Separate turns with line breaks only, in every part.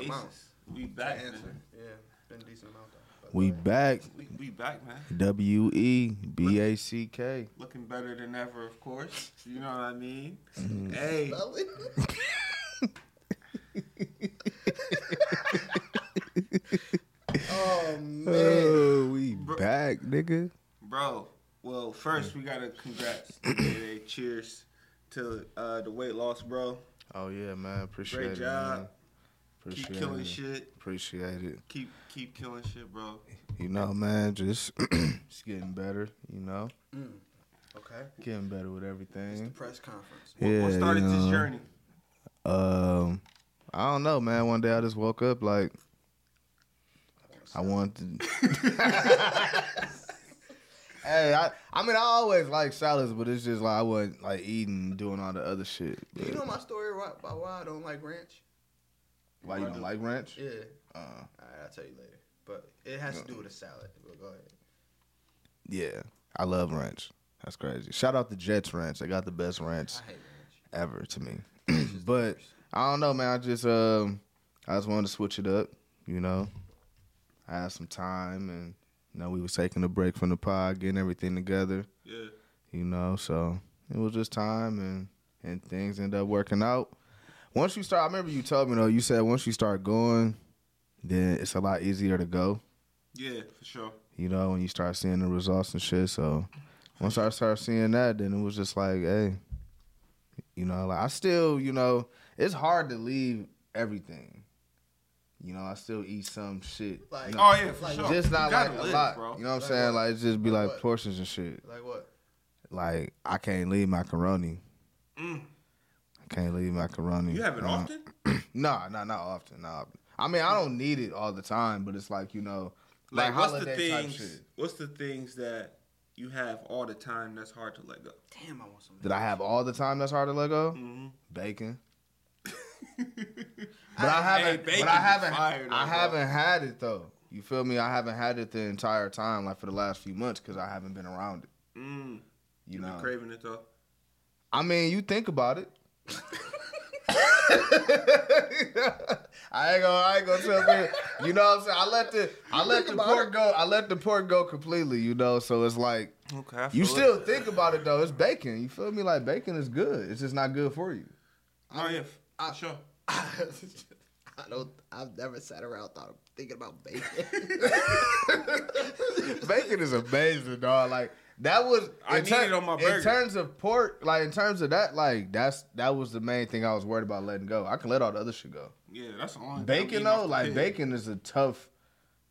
amount.
We
To
back,
answer.
man.
Yeah, been a decent amount though. But,
We
uh,
back.
We, we back, man.
W E B A C K.
Looking better than ever, of course. You know what I mean?
Mm-hmm.
Hey,
Spell it. oh man.
Oh, we back, nigga.
bro. Well, first we gotta congrats. Hey, cheers to uh, the weight loss, bro.
Oh yeah, man. Appreciate
Great
it.
job.
Man. Appreciate
keep killing
it.
shit.
Appreciate it.
Keep keep killing shit, bro.
You know, man, just it's getting better, you know.
Mm. Okay.
Getting better with
It's the
everything.
press conference.
What, what
Yeah,
started
you
this
know.
journey?
Um I don't know, man. One day I just woke up like I wanted to Hey, I, I mean I always like salads, but it's just like I wasn't like eating and doing all the other shit.
Do you
but-
know my story about about why I don't like ranch?
why you don't like ranch?
Yeah.
Uh,
All right, I'll tell you later. But it has to do with a salad. But go ahead.
yeah. I love ranch. That's crazy. Shout out to Jets Ranch. They got the best ranch
I hate ranch.
ever to me. but I don't know, man. I just um, I just wanted to switch it up. You know, I had some time, and you know, we was taking a break from the pod, getting everything together.
Yeah.
You know, so it was just time, and and things ended up working out. Once you start, I remember you told me though. You said once you start going, then it's a lot easier to go.
Yeah, for sure.
You know, when you start seeing the results and shit. So once I started seeing that, then it was just like, hey, you know, like I still, you know, it's hard to leave everything. You know, I still eat some shit.
Like-
You know,
Oh yeah, for
Like,
sure.
just
You
not
gotta
like a
live,
lot.
bro.
You know what I'm
Like
saying?
what?
Like it just be
Like
like
what?
portions and shit.
Like what?
Like I can't leave macaroni.
Mm.
I can't leave macaroni.
You have it
Uh,
often?
Nah, nah, not often. Nah. I mean, I don't need it all the time, but it's like you know,
Like, what's the
holiday type
things?
shit.
What's the things that you have all the time that's hard to let go?
Damn, I want some.
that I have all the time that's hard to let go?
Mm-hmm.
Bacon. But I,
Hey,
haven't.
bacon
but I
be
haven't.
fire though,
I
bro.
haven't had it though. You feel me? I haven't had it the entire time, like for the last few months, because I haven't been around it.
Mm.
You
You
know.
been craving it though.
I mean, you think about it. I ain't gonna. I ain't gonna tell you. You know what I'm saying? I let the. I let the pork go. I let the pork go completely. You know. So it's like
Okay. I
you still think about it though. It's bacon. You feel me? Like bacon is good. It's just not good for you.
Oh yeah, for sure.
I don't. I've never sat around thought of thinking about bacon.
Bacon is amazing, dog. Like that was.
I
in
need it on my burger.
In terms of pork, like in terms of that, like that's that was the main thing I was worried about letting go. I can let all the other shit go.
Yeah, that's the only
Bacon
that would be
though,
my
like
pick.
bacon is a tough.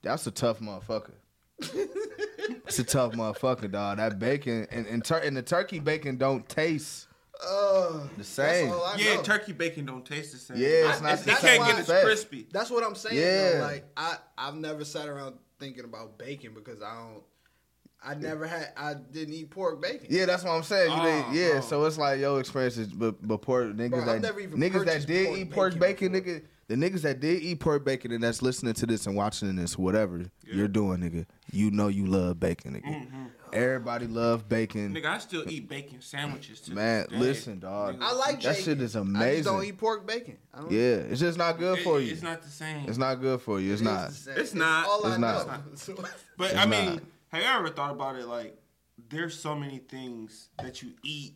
That's a tough motherfucker. it's a tough motherfucker, dog. That bacon and and, tur- and the turkey bacon don't taste
Oh,
the same.
That's all I
Yeah,
know.
turkey bacon don't taste the same.
Yeah, it's
I-
not
You
the
can't
same.
get as
Fact.
crispy.
That's what I'm saying.
Yeah.
Though. Like I, I've never sat around thinking about bacon because I don't. I never had. I didn't eat pork bacon.
Yeah, that's what I'm saying. You
Oh,
didn't- yeah,
bro.
so it's like yo experiences, but but poor niggas
Bro, I've
that
never even
niggas that
purchased
did
pork
eat pork bacon,
bacon before.
nigga. The niggas that did eat pork bacon and that's listening to this and watching this, whatever you're doing, nigga, you know you love bacon, nigga. Everybody love bacon,
Mm-hmm. Nigga, I still eat bacon sandwiches. To
man.
this day.
Listen, dog,
I like
that
bacon.
shit is
I just
amazing.
don't eat pork bacon. I don't
yeah, it's just not good
It-
for you.
It's not the same.
It's not good for you. It's not.
the same.
It's not.
All
It's
I
not.
know.
But
It's
I mean,
not.
have you ever thought about it? Like, there's so many things that you eat,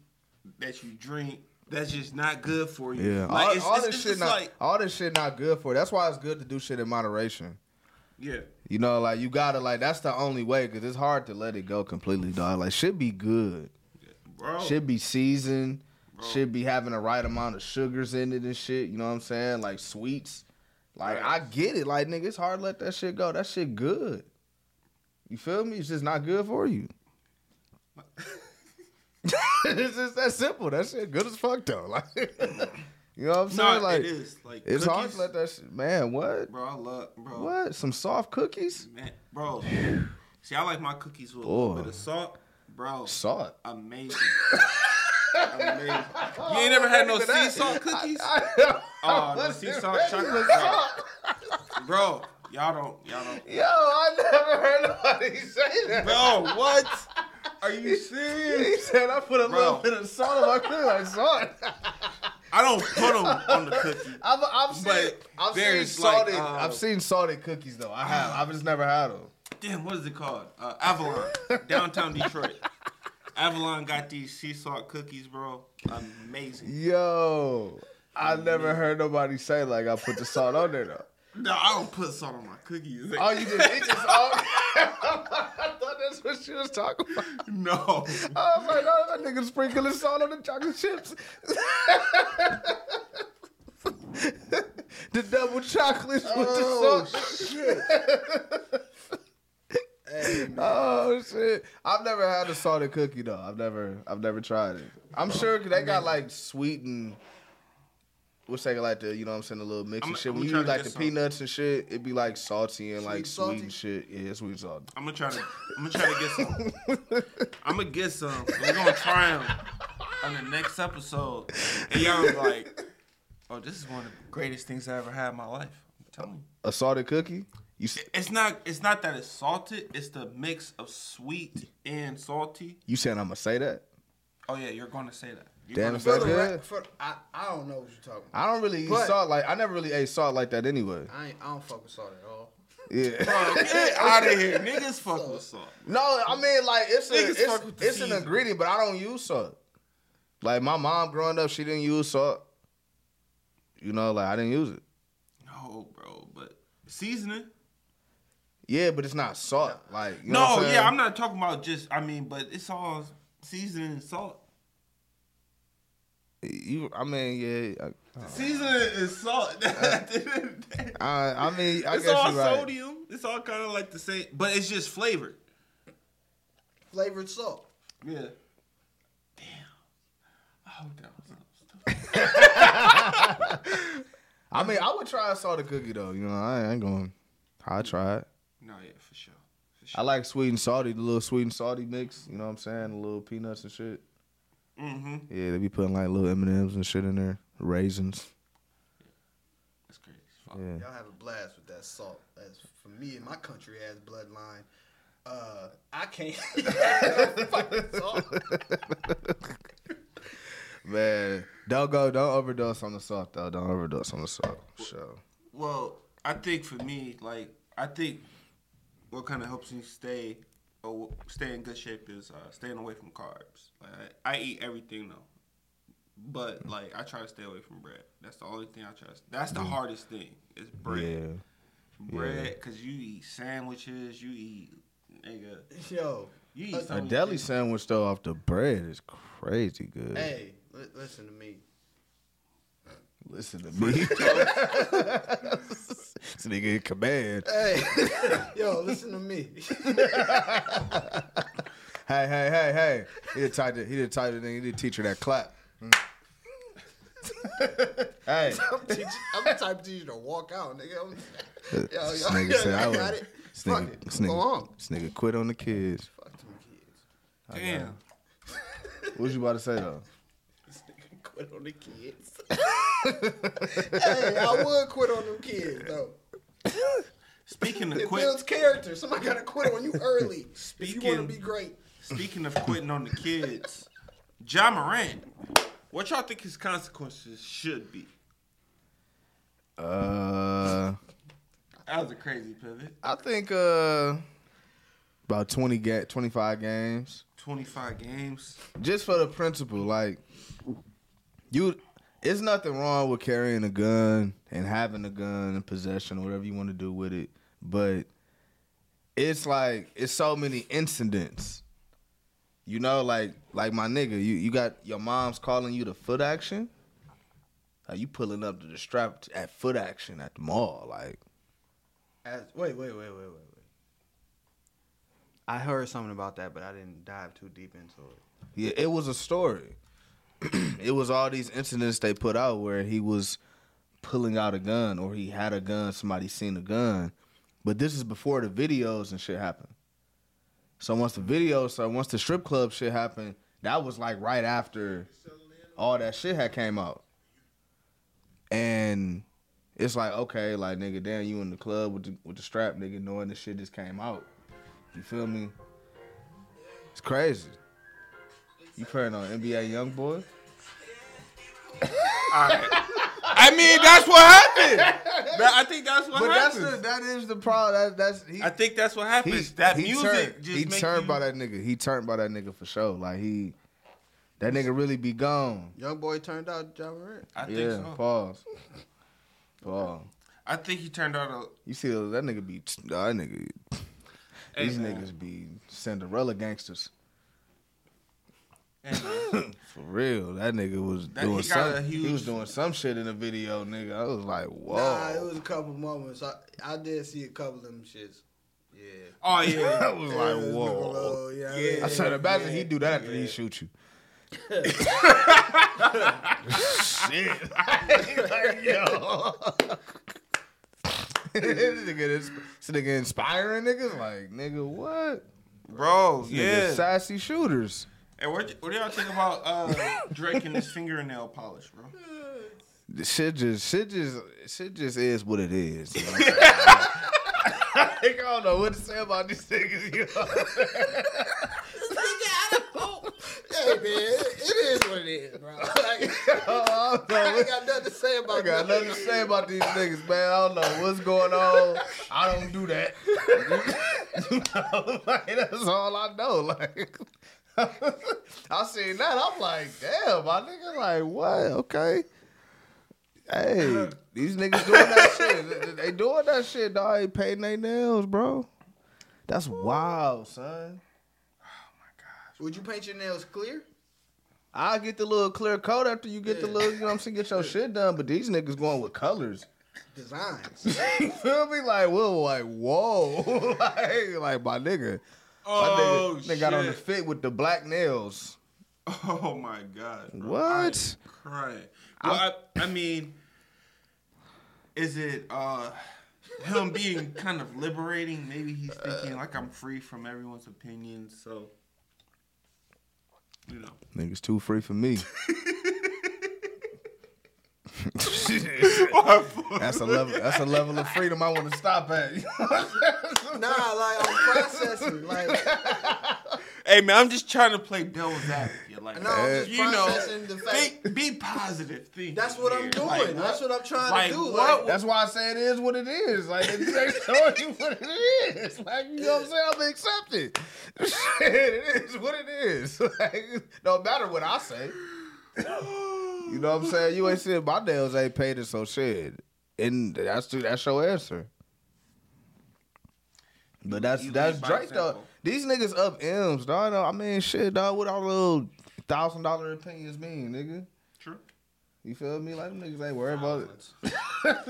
that you drink, that's just not good for you.
Yeah,
like,
all,
it's,
all
it's-
this
it's
shit
just
not
like,
all this shit not good for. You. That's why it's good to do shit in moderation.
yeah,
You know, like you gotta like that's the only way because it's hard to let it go completely, dog. Like should be good,
bro.
should be seasoned, should be having the right amount of sugars in it and shit. You know what I'm saying? Like sweets. Like I get it, like nigga, it's hard to let that shit go. That shit good. You feel me? It's just not good for you. it's just that simple. That shit good as fuck though. Like you know what I'm
no,
saying? Like
it is. Like,
it's hard
cookies,
to let that shit. Man, what?
Bro, I love, bro.
What? Some soft cookies?
Man, bro. See, I like my cookies with a
Boy.
little bit of salt, bro.
Salt.
Amazing. Amazing. You ain't never had no
Oh, Look at
sea
that.
salt cookies?
I-
Oh,
I
no
wasn't
sea salt
ready
chocolate
for
salt. Bro, y'all don't, y'all don't.
Yo, I never heard nobody say that.
Bro, what? Are you serious?
He said I put a
Bro.
little bit of salt in my cookie. I saw it.
I don't put them on the cookie.
I've, I've seen,
But
I've seen
there's like,
salted.
um,
I've seen salted cookies though. I have. I've just never had them.
Damn, what is it called? Uh, Avalon, downtown Detroit. Avalon got these sea salt cookies, bro. Amazing.
Yo, I never heard nobody say like I put the salt on there though.
No, I don't put salt on my cookies.
Oh, you just it just all. I thought that's what she was talking about.
no.
I was like, oh, that nigga sprinkling salt on the chocolate chips. the double chocolates
Oh,
with the salt.
Hey,
Oh shit! I've never had a salted cookie though. I've never, I've never tried it. I'm
Oh,
sure 'cause they got like sweet and what's that like the you know what I'm saying the little mix
I'm-
and shit.
I'm
When you
trying
eat
to
like
get
the
some.
peanuts and shit, it'd be like salty and like
Sweet
sweet
salty?
and shit. Yeah, sweet salty.
I'm gonna try to. I'm gonna try to get some. I'm gonna get some. We're gonna try them on the next episode. And y'all was like, "Oh, this is one of the greatest things I ever had in my life." I'm telling you.
A salted cookie? You s-
It's not. It's not that it's salted. It's the mix of sweet and salty.
you saying I'm gonna say that?
Oh yeah, you're going to say that. You're
Damn,
gonna
is
say
for
that
the
good?
rec- for, I, I don't know what you're talking about.
I don't really eat
But-
salt like I never really ate salt like that anyway.
I ain't, I don't fuck with salt at all.
Yeah.
"Bro, Get out of here, niggas. Fuck with salt.
no, I mean like it's a,
Niggas
it's,
fuck with the
it's an
season.
ingredient, but I don't use salt. Like my mom growing up, she didn't use salt. You know, like I didn't use it.
No, bro. But seasoning.
Yeah, but it's not salt. Like you know
no,
what I'm
yeah, I'm not talking about just. I mean, but it's all seasoning and salt.
You, I mean, yeah.
Seasoning is salt.
I, I, I mean, I
it's
guess
all
you're right.
sodium. It's all kind of like the same, but it's just flavored.
Flavored salt.
Yeah. Damn. I hope that was stupid.
I mean, I would try a salted cookie though. You know, I ain't going. I try it.
No, yeah, for sure. For
I
sure.
like sweet and salty, the little sweet and salty mix. You know what I'm saying? The little peanuts and shit.
mm-hmm.
Yeah, they be putting like little M and M's and shit in there, raisins.
That's crazy. as fuck.
Yeah.
Y'all have a blast with that salt. As for me and my country ass bloodline, uh, I can't. Fucking salt.
Man, don't go, don't overdose on the salt though. Don't overdose on the salt. So
Well, I think for me, like, I think what kind of helps me stay or wh- stay in good shape is uh, staying away from carbs. Like, I, I eat everything though,
Mm.
but like, I try to stay away from bread. That's the only thing I try. To, that's the hardest thing is bread.
yeah,
bread because you eat sandwiches, you eat nigga,
Yo, A
you eat
a
something.
deli sandwich though off the bread is crazy good.
hey, li- listen to me.
Listen to me. this nigga in command.
Hey, yo, listen to me.
Hey, hey, hey, hey. He did type it. He did type it. in. He did teach her that clap. Mm. hey,
I'm, teaching, I'm the type of teacher to walk out, nigga. I'm, yo, yo,
this nigga said I
I
was.
got it.
This
Fuck
nigga,
it.
this
Go on.
nigga, this nigga quit on the kids.
Fuck them kids.
Damn.
What was you about to say though?
This nigga quit on the kids. hey, I would quit on them kids though.
Speaking of
It
quit,
builds character. Somebody gotta quit on you early if you
Speaking-
want to be great.
speaking of quitting on the kids, John Morant. What y'all think his consequences should be?
Uh,
That was a crazy pivot.
I think uh, about 20 ga- 25 games.
Twenty-five games.
just for the principle, like you, it's nothing wrong with carrying a gun and having a gun in possession, or whatever you want to do with it. But it's like it's so many incidents. You know, like like my nigga, you you got your mom's calling you to foot action. Like you pulling up to the strap t- at foot action at the mall. Like
As, wait, wait, wait, wait, wait, wait. I heard something about that, but I didn't dive too deep into it.
yeah, it was a story. it was all these incidents they put out where he was pulling out a gun or he had a gun, somebody seen a gun. But this is before the videos and shit happened. So once the videos, so once the strip club shit happened, that was like right after all that shit had came out. And it's like, okay, like nigga, damn, you in the club with the, with the strap, nigga, knowing this shit just came out. You feel me? It's crazy. You playing on NBA YoungBoy?
All right. I mean, that's what happened. That- I think that's what
But that's
happened.
the, that is the problem. That, that's he,
I think that's what
he,
happens. that
he
music
turned,
just
he
make
turned
you-
by that nigga. He turned by that nigga for sure. Like he, that nigga really be gone.
Young boy turned out John Morant.
I think
yeah,
so.
pause. Pause.
I think he turned out a.
You see those- that nigga be that nigga.
Hey,
these
man.
niggas be Cinderella gangsters
Hey, man.
for real. That nigga was
That- he got
doing
a
some.
huge-
He was doing some shit in the video, nigga. I was like, whoa.
Nah, it was a couple moments. I, I did see a couple of them shits. Yeah.
Oh
I
yeah.
was
Yeah,
like,
it was
whoa.
Bigelow, yeah,
Yeah.
I said, imagine
yeah,
he do that after
yeah.
he shoot you. Shit. like, yo. this, nigga, this, this nigga inspiring niggas? Like, nigga, what?
Bro,
Nigga,
yeah.
sassy shooters.
Hey, what, what do y'all think about uh, Drake and his fingernail polish, bro?
The Shit just, shit just, shit just is what it is. you know? Like, I don't know what to say about these niggas. You
Hey man, it it is what it is, bro. Like,
I don't know
I ain't
what-
got nothing to say
I
about that.
got nothing to say about these niggas, man. I don't know what's going on. I don't do that. You know, like, that's all I know. Like, I seen that. I'm like, damn, my nigga. Like, what? Okay. Hey, these niggas doing that shit. They- They doing that shit, dog. They painting their nails, bro. That's wild, son.
Would you paint your nails clear?
I get the little clear coat after you get the
Yeah.
little, you know what I'm saying, get your shit done. But these niggas going with colors.
Designs.
you feel me? Like, we're like, whoa. like, like, my nigga. My nigga, nigga got on the fit with the black nails.
Oh my god. bro.
What?
I crying. Well, I, I mean, is it uh him being kind of liberating? Maybe he's thinking like I'm free from everyone's opinion, so you know.
Niggas too free for me. that's a level. That's a level of freedom I want to stop at.
nah, like I'm processing. Like
Hey man, I'm just trying to play devil's advocate. Like,
no, I'm just
you know,
processing the fact.
think, be positive. Think
That's what I'm
here.
doing.
Like,
That's what I'm trying
like,
to do.
what
Like,
that's why I say it is what it is. Like they just showing you what it is. Like you know what I'm saying? I'm accepted. Shit, it is what it is. Like no matter what I say. You know what I'm saying? You ain't said my nails ain't painted, so shit. And that's that's your answer. But that's
You lead
that's
by
Drake though.
example.
These niggas up M's, dog. I mean, shit, dog. What our little thousand dollar opinions mean, nigga?
True.
You feel me? Like them niggas ain't worried about it.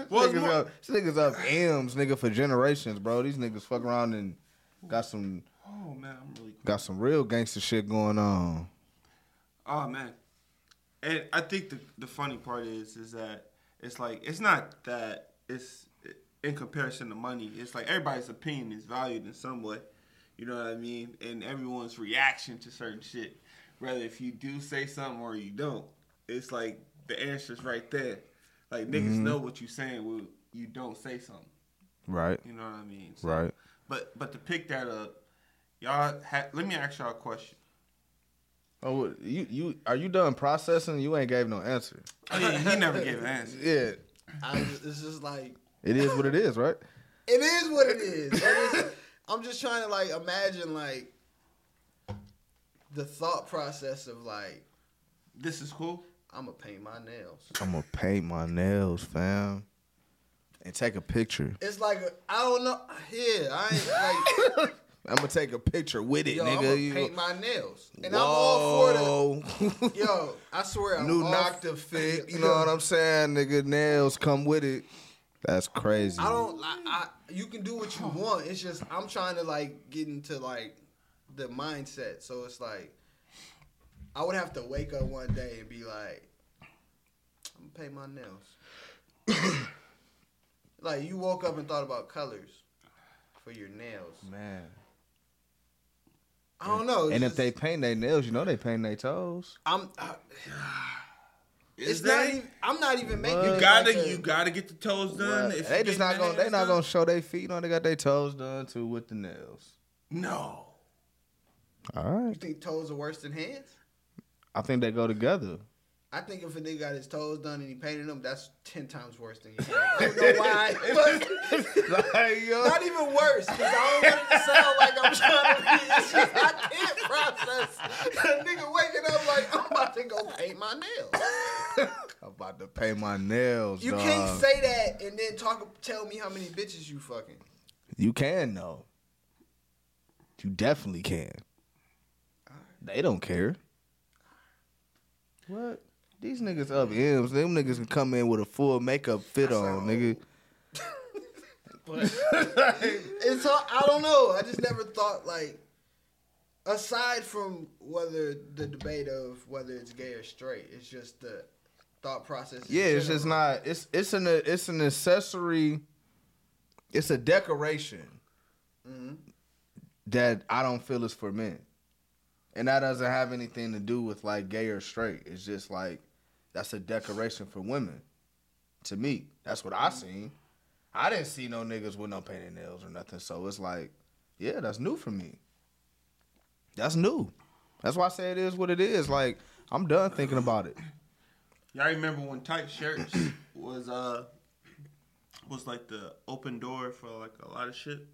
Well, it's
niggas,
more-
up, these niggas up M's, nigga, for generations, bro. These niggas fuck around and got some
Oh man, I'm really.
got some real gangster shit going on.
Oh man, and I think the the funny part is is that it's like it's not that it's in comparison to money. It's like everybody's opinion is valued in some way. You know what I mean? And everyone's reaction to certain shit, whether if you do say something or you don't, it's like the answer's right there. Like niggas know what you saying when you don't say something.
Right.
You know what I mean? So-
Right.
But but to pick that up, y'all ha- let me ask y'all a question.
Oh, what- you you are you done processing? You ain't gave no answer.
Oh, yeah, he never gave an answer.
Yeah,
I, it's just like
it is what it is, right?
it is what it is. It is- I'm just trying to like imagine like the thought process of like
This is cool.
I'm gonna paint my nails.
I'm gonna paint my nails, fam, and take a picture.
It's like a, I don't know. Yeah, I ain't like.
I'm gonna take a picture with it,
Yo, I'm
nigga.
gonna
You-
paint my nails, and I'm all for
Whoa.
the. Yo, I swear, I'm
New
all
Nocta fit. You know what I'm saying, nigga? Nails come with it. That's crazy.
I don't. I, I you can do what you want. It's just I'm trying to like get into like the mindset. So it's like I would have to wake up one day and be like, I'm gonna paint my nails. like you woke up and thought about colors for your nails.
man.
I don't know. it's
And if
just-
they paint their nails, you know they paint their toes.
I'm. I,
Is
it's
that
not. Even, I'm not even making.
You
it
you gotta
like a-
you gotta get the toes done.
Right.
if
They
you
just
get
not
your
gonna. They
nails
not
done.
gonna show their feet. You know they got their toes done too with the nails.
No.
All right.
You think toes are worse than hands?
I think they go together.
I think if a nigga got his toes done and he painted them, that's ten times worse than you. I don't know why. but-
Like, yo.
not even worse, because I don't want it to sound like I'm trying to be. It's just I can't process a nigga waking up like I'm about to go paint my nails.
I'm about to pay my nails.
You
dog.
can't say that and then talk. Tell me how many bitches you fucking.
You can though. You definitely can. They don't care. What? These niggas up M's. Them niggas can come in with a full makeup fit on, nigga.
It's hard- I don't know. I just never thought like. Aside from whether the debate of whether it's gay or straight, it's just the thought process. in
Yeah, it's just
general.
not. It's it's an it's an accessory. It's a decoration that I don't feel is for men, and that doesn't have anything to do with like gay or straight. It's just like that's a decoration for women. To me, that's what I seen. I didn't see no niggas with no painted nails or nothing. So it's like, yeah, that's new for me. That's new. That's why I say it is what it is. Like I'm done thinking about it.
Y'all remember when tight shirts was uh was like the open door for like a lot of shit.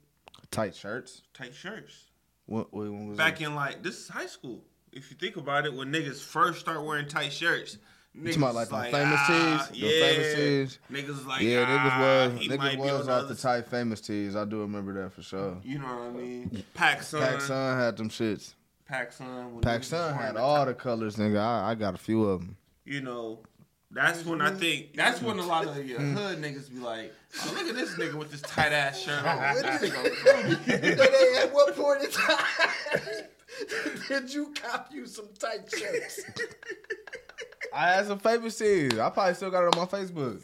Tight shirts.
Tight shirts.
What, what, when was
Back
this?
in like this is high school. If you think about it, when niggas first start wearing tight shirts, niggas
talking about,
was
like, the famous
ah,
tees? The
yeah.
famous tees?
Niggas was like
yeah,
ah,
niggas was
he
niggas
might be
was
on
off
the
the
tight.
tight famous tees. I do remember that for sure.
You know what I mean? Pac Sun.
Pac Sun had them shits.
Pac Sun. when
Pac
niggas
Sun
was wearing
had
the
all
tight-
the colors, nigga. I, I got a few of them.
you know, that's when I think that's when a lot of your
Mm-hmm.
hood niggas be like, oh, look at this nigga with this tight ass shirt on.
What
This
is-
nigga-
But at what point in time did you cop you some tight shirts?
I had some famous tees. I probably still got it on my Facebook.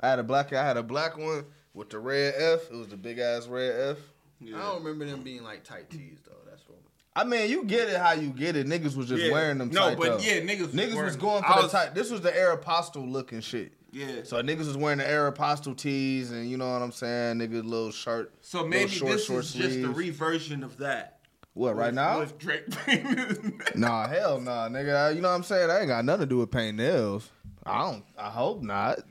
I had a black. I had a black one with the red F. It was the big ass red F.
I don't remember them being like tight tees though. That's what.
I mean, you get it how you get it. Niggas was just
Yeah.
wearing them.
No,
tight,
but
though.
yeah, niggas was
niggas was
wearing-
going
I
for the
was-
tight. This was the Aeropostale looking shit.
Yeah.
So niggas was wearing the Aeropostale tees, and you know what I'm saying. Nigga, little shirt.
So
little
maybe
short,
this
short
is just the
sleeves.
reversion of that.
What right
With-
now?
with Drake Payne.
Nah, hell nah, nigga. I- You know what I'm saying? I ain't got nothing to do with paint nails. I don't. I hope not.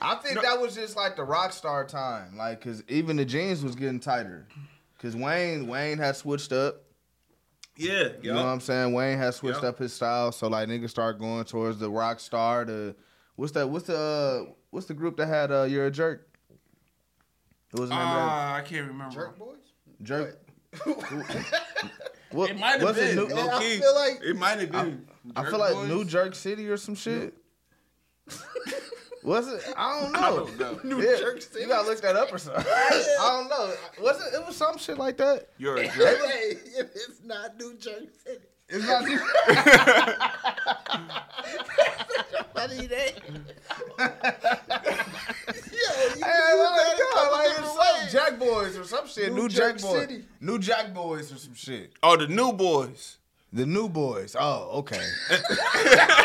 I think that was just like the rock star time, like because even the jeans was getting tighter. Cause Wayne Wayne had switched up.
yeah,
You know what I'm saying? Wayne had switched
Yup.
up his style, so like niggas start going towards the rock star. The what's that? What's the uh, what's the group that had uh, you're a jerk? It was the name of that
Ah, I can't remember.
Jerk boys.
jerk.
It might have been.
New,
I
low-key.
feel like-
it might have been.
I
Jerk
feel like
Boys?
New Jerk City or some shit. was it? I don't know.
I don't know.
New
Yeah,
Jerk City.
You gotta look that up or something. I don't know. Was it? It was some shit like that.
You're a jerk.
Hey, if it's not New Jerk City.
It's not.
I need that. Yo, you
Hey,
got
I
it
like,
a
like,
couple
it's
different
some Jack Boys or some shit.
New
New,
Jack
Jack, Boys.
City.
New Jack Boys or some shit.
Oh, the New Boys.
The New Boys. Oh, okay.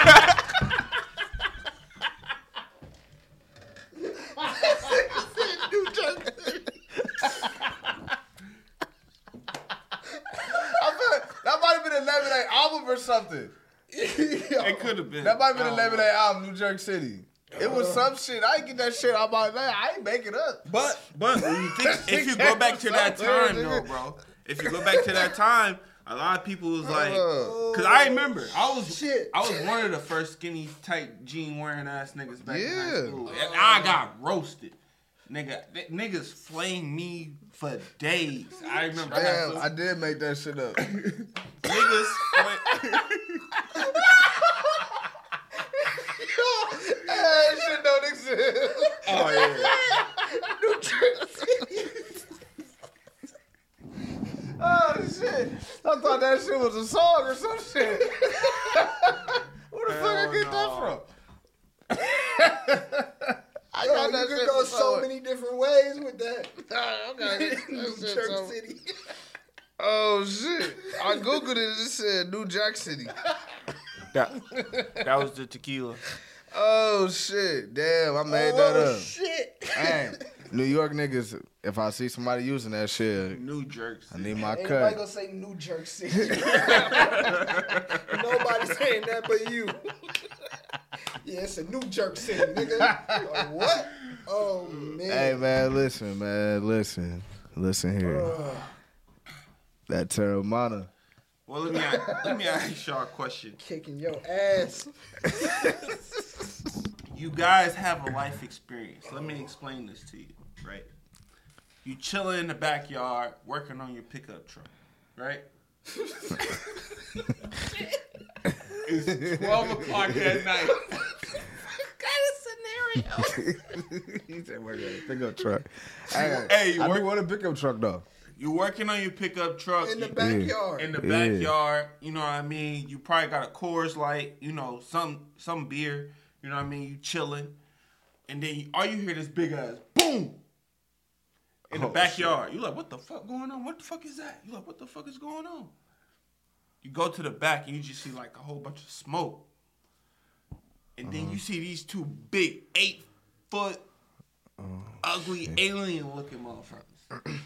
ways. New Jerk City.
I feel like that might have been a name of their album or something.
It could have been.
That might have been
I
the
don't
name of
know. Uh-huh.
their album, New Jerk City. It was some shit. I ain't get that shit out my name. I ain't make it up.
But but when you think, if you go back to that time though, bro. If you go back to that time, a lot of people was like, because I remember I was
Shit.
I was one of the first skinny tight jean wearing ass niggas back in high
Yeah.
school. And I got roasted. Nigga, th- niggas flamed me for days. I remember I got
Damn,
some-
I did make that shit up.
niggas. flamed-
that shit don't exist.
oh yeah.
Oh shit! I thought that shit was a song or some shit. Where the fuck I get that from? I
Yo, you could go so
somewhere.
many different ways with that. New
That's
Jerk
so-
City.
Oh shit! I googled it. and It said New Jack City.
That, that was the tequila.
Oh shit! Damn, I made that
Oh
up.
shit.
Hey, New York niggas, if I see somebody using that shit,
New jerks.
I need my
Ain't nobody
cut.
gonna say New Jerk City. nobody saying that but you. yeah, it's a New Jerk City, nigga. Like, what? Oh man.
Hey man, listen, man, listen, listen here.
Ugh.
That Terramana.
Well, let me ask, let me ask y'all a question.
kicking your ass.
You guys have a life experience. Let me explain this to you, right? You chilling in the backyard working on your pickup truck, right? it's 12 o'clock at night.
he said, "Work at a pickup truck." Hey,
Hey,
I
work-
work on a pickup truck though.
You're working on your pickup truck
In the
you-
backyard.
in the
Yeah.
backyard. You know what I mean? You probably got a Coors Light, you know, some some beer. You know what I mean? You chilling, and then you, all you hear this big ass boom in the
Oh,
backyard. You like, what the fuck going on? What the fuck is that? You like, what the fuck is going on? You go to the back and you just see like a whole bunch of smoke, and then you
Uh-huh.
see these two big eight foot
Oh,
ugly alien looking motherfuckers.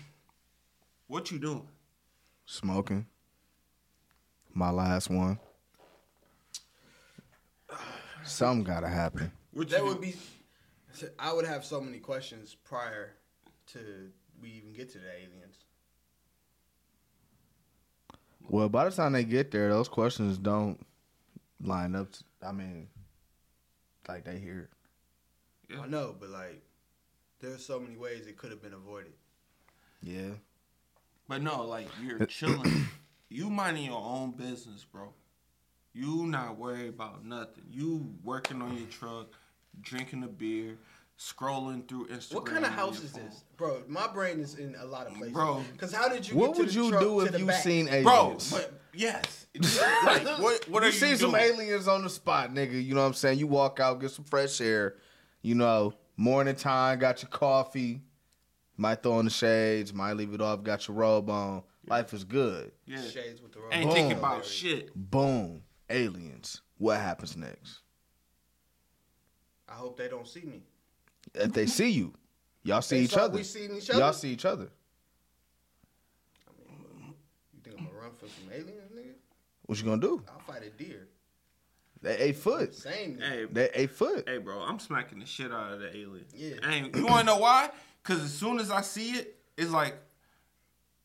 what you doing?
Smoking. My last one. Something gotta happen.
What you
That
doing?
would be. I would have so many questions prior to we even get to the aliens.
Well, by the time they get there, those questions don't line up. To, I mean, like they hear. it.
I know, but like, there's so many ways it could have been avoided.
Yeah.
But no, like you're chilling. you minding your own business, bro. You not worried about nothing. You working on your truck, drinking a beer, scrolling through Instagram.
What kind of
on
house
your
is
phone.
this, bro? My brain is in a lot of places,
Bro.
Because how did you? get
What
to
would
the
you
truck
do
to
if
the
you
back?
seen aliens?
Bro, but yes. like, what what are
you
you,
seen
doing?
some aliens on the spot, nigga. You know what I'm saying? You walk out, get some fresh air. You know, morning time, got your coffee. Might throw on the shades, might leave it off, got your robe on. Life is good.
Yeah.
Shades with the robe.
Ain't thinking
Boom.
about shit.
Boom. Aliens. What happens next?
I hope they don't see me.
If they see you, y'all see
They
each
saw
other.
We seen each other.
Y'all see each other.
you think I'm gonna run from some aliens, nigga?
What you gonna do?
I'll fight a deer.
They eight foot.
Same. nigga.
Hey,
They eight foot.
hey, bro, I'm smacking the shit out of the alien.
Yeah.
I ain't- you wanna know why? Cause as soon as I see it, it's like,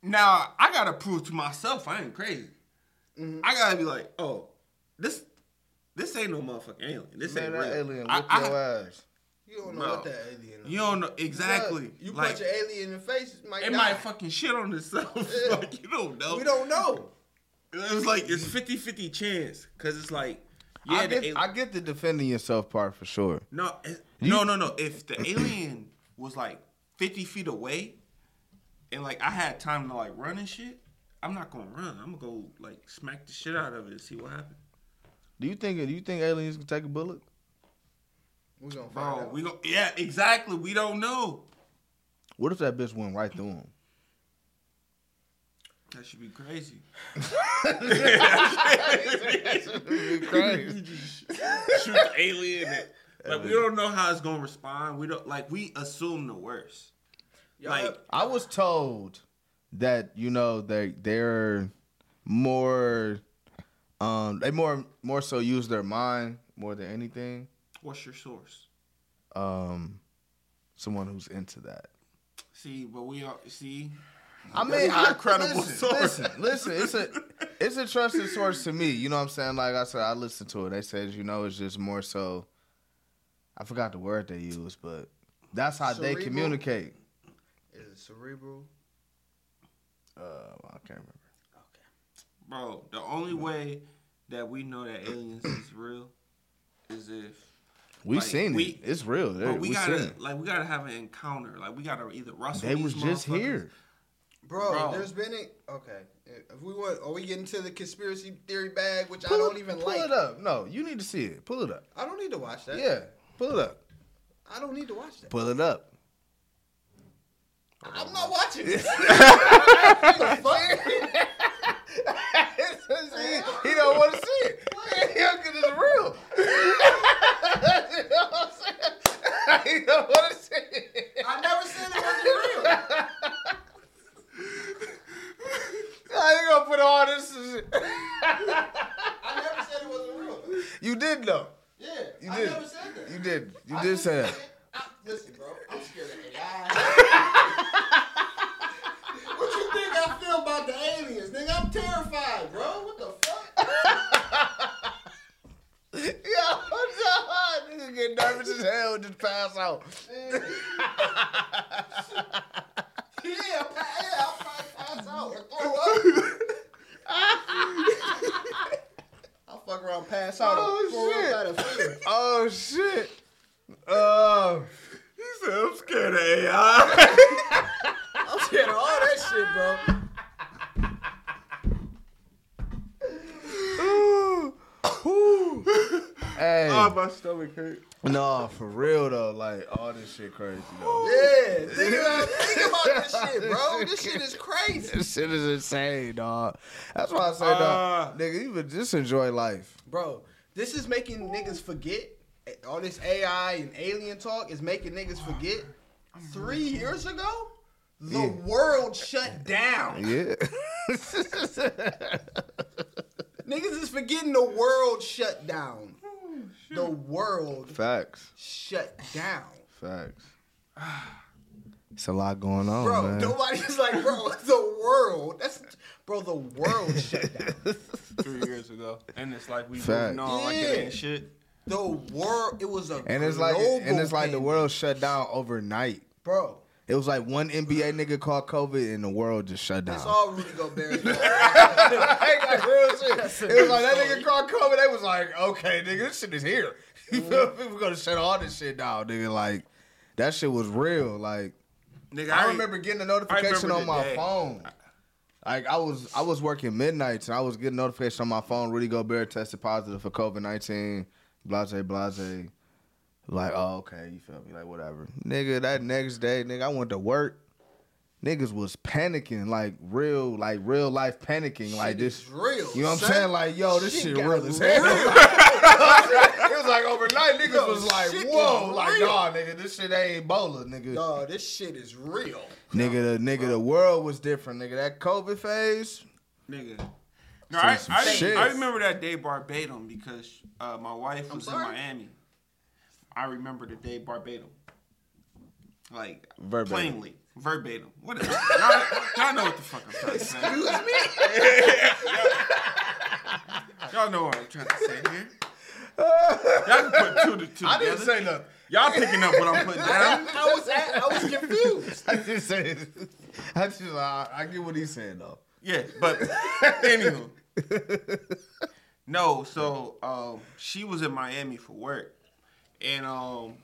now I gotta prove to myself I ain't crazy.
Mm-hmm.
I gotta be like, oh, this, this ain't no motherfucking alien. This
Man,
ain't
that
real.
alien
I-
whip
I-
your ass.
You don't know
Bro.
what that alien. is.
You don't know exactly.
You
like,
punch an alien in the face, it might.
it
die.
might fucking shit on itself.
Yeah.
like you don't know.
We don't know.
It's like it's 50-50 chance. Cause it's like, yeah,
I
the
get,
alien-
I get the defending yourself part for sure.
No, it, no, no, no. If the alien was like 50 feet away and like I had time to like run and shit, I'm not gonna run. I'm gonna go like smack the shit out of it and see what happens.
Do you think? Do you think aliens can take a bullet?
We're gonna find
Bro,
out.
we go, yeah, exactly. We don't know.
What if that bitch went right through him?
That should be crazy.
Crazy.
You just Shoot the alien. and- like we don't know how it's gonna respond. We don't like we assume the worst.
Y'all
like-
have-
I was told that you know they they're more um they more more so use their mind more than anything.
What's your source?
Um, someone who's into that.
See, but we are see.
I mean,
That's
I,
not a credible
listen,
source.
Listen, listen, it's a it's a trusted source to me. You know what I'm saying? Like I said, I listened to it. They said, you know, it's just more so. I forgot the word they used, but that's how they
Cerebral?
communicate.
Is it cerebral?
Uh, I can't remember.
Okay.
Bro, the only way that we know that aliens is real is if
We've
Like,
seen
we-
it. It's real.
bro,
Oh, we
we,
seen
gotta
it.
like we gotta have an encounter. Like we gotta either rustle.
They
these
was just
motherfuckers-
here.
Bro,
Bro.
there's been a okay. If we want, are we getting to the conspiracy theory bag, which
Pull,
I don't even
pull
like.
it up. No, you need to see it. Pull it up.
I don't need to watch that.
Yeah, pull it up.
I don't need to watch that.
Pull it up.
I'm not watching this.
he, don't want to see it. He don't get it's real. you know what I'm saying?
I never seen
this at?
Listen, bro, I'm scared of AI. what you think I feel about the aliens? Nigga, I'm terrified, bro. What the fuck?
Yo, no, nigga get nervous as hell, and just pass out.
Man. yeah, pa- yeah, I'll probably pass out or throw up. I'll fuck around, pass out,
Oh,
or throw up out of
shit.
fear.
Oh shit. Oh.
He said, I'm scared of AI.
I'm scared of all that shit, bro.
Hey.
oh, my stomach hurt.
no, for real though. Like all this shit crazy though.
Yeah, think about, think about this shit, bro. This shit is crazy,
This shit is insane, dog. That's why I say,
Ah.
dog, nigga, you would just enjoy life.
bro. This is making niggas forget all this AI and alien talk is making niggas forget. Three years ago, the
Yeah.
world shut down.
Yeah.
Niggas is forgetting the world shut down. The world
Facts.
shut down.
Facts. It's a lot going on,
Bro,
Oh, man.
nobody's like, bro, the world. That's bro, the world shut down.
Three years ago. And it's like we
Facts.
moving on like it ain't shit.
The world. It was a
And it's like,
global
and it's like the
pandemic.
world shut down overnight.
bro.
It was like one NBA nigga caught COVID and the world just shut down.
It's all Rudy Gobert's fault.
Ain't like real shit. It was like that nigga caught COVID. They was like, okay, nigga, this shit is here. You feel me? We're gonna shut all this shit down, nigga. Like that shit was real. Like
Nigga,
I remember getting a notification
remember
on
the
my
day.
phone. Like I was I was working midnights and I was getting notification on my phone. Rudy Gobert tested positive for COVID nineteen. Blase blase. Like oh okay, you feel me? Like whatever, nigga. That next day, nigga, I went to work. Niggas was panicking, like real, like real life panicking, like
Shit
this.
is real.
You know what I'm
son.
saying? Like, yo, this shit,
got
real as hell.
real.
it was like overnight, niggas
Yo,
was like,
shit is
whoa, like,
real.
nah, nigga, this shit ain't Ebola, nigga.
Dawg, this shit is real.
Nigga, the nigga, the world was different, nigga. That COVID phase,
Nigga. No, I,
some
I,
shit.
I remember that day Barbadum because uh, my wife
I'm
was in
sorry?
Miami. I remember the day Barbadum. Like,
Verbatim.
plainly. Verbatim. Whatever. y'all, y'all know what the fuck I'm trying to say.
Excuse me?
Y'all know what I'm trying to say here. Y'all can put two to two
I
together.
didn't say nothing.
Y'all picking up what I'm putting down.
I was at, I was confused.
I just said, I just, I, I get what he's saying though.
Yeah, but anywho. No, so um, she was in Miami for work, and um,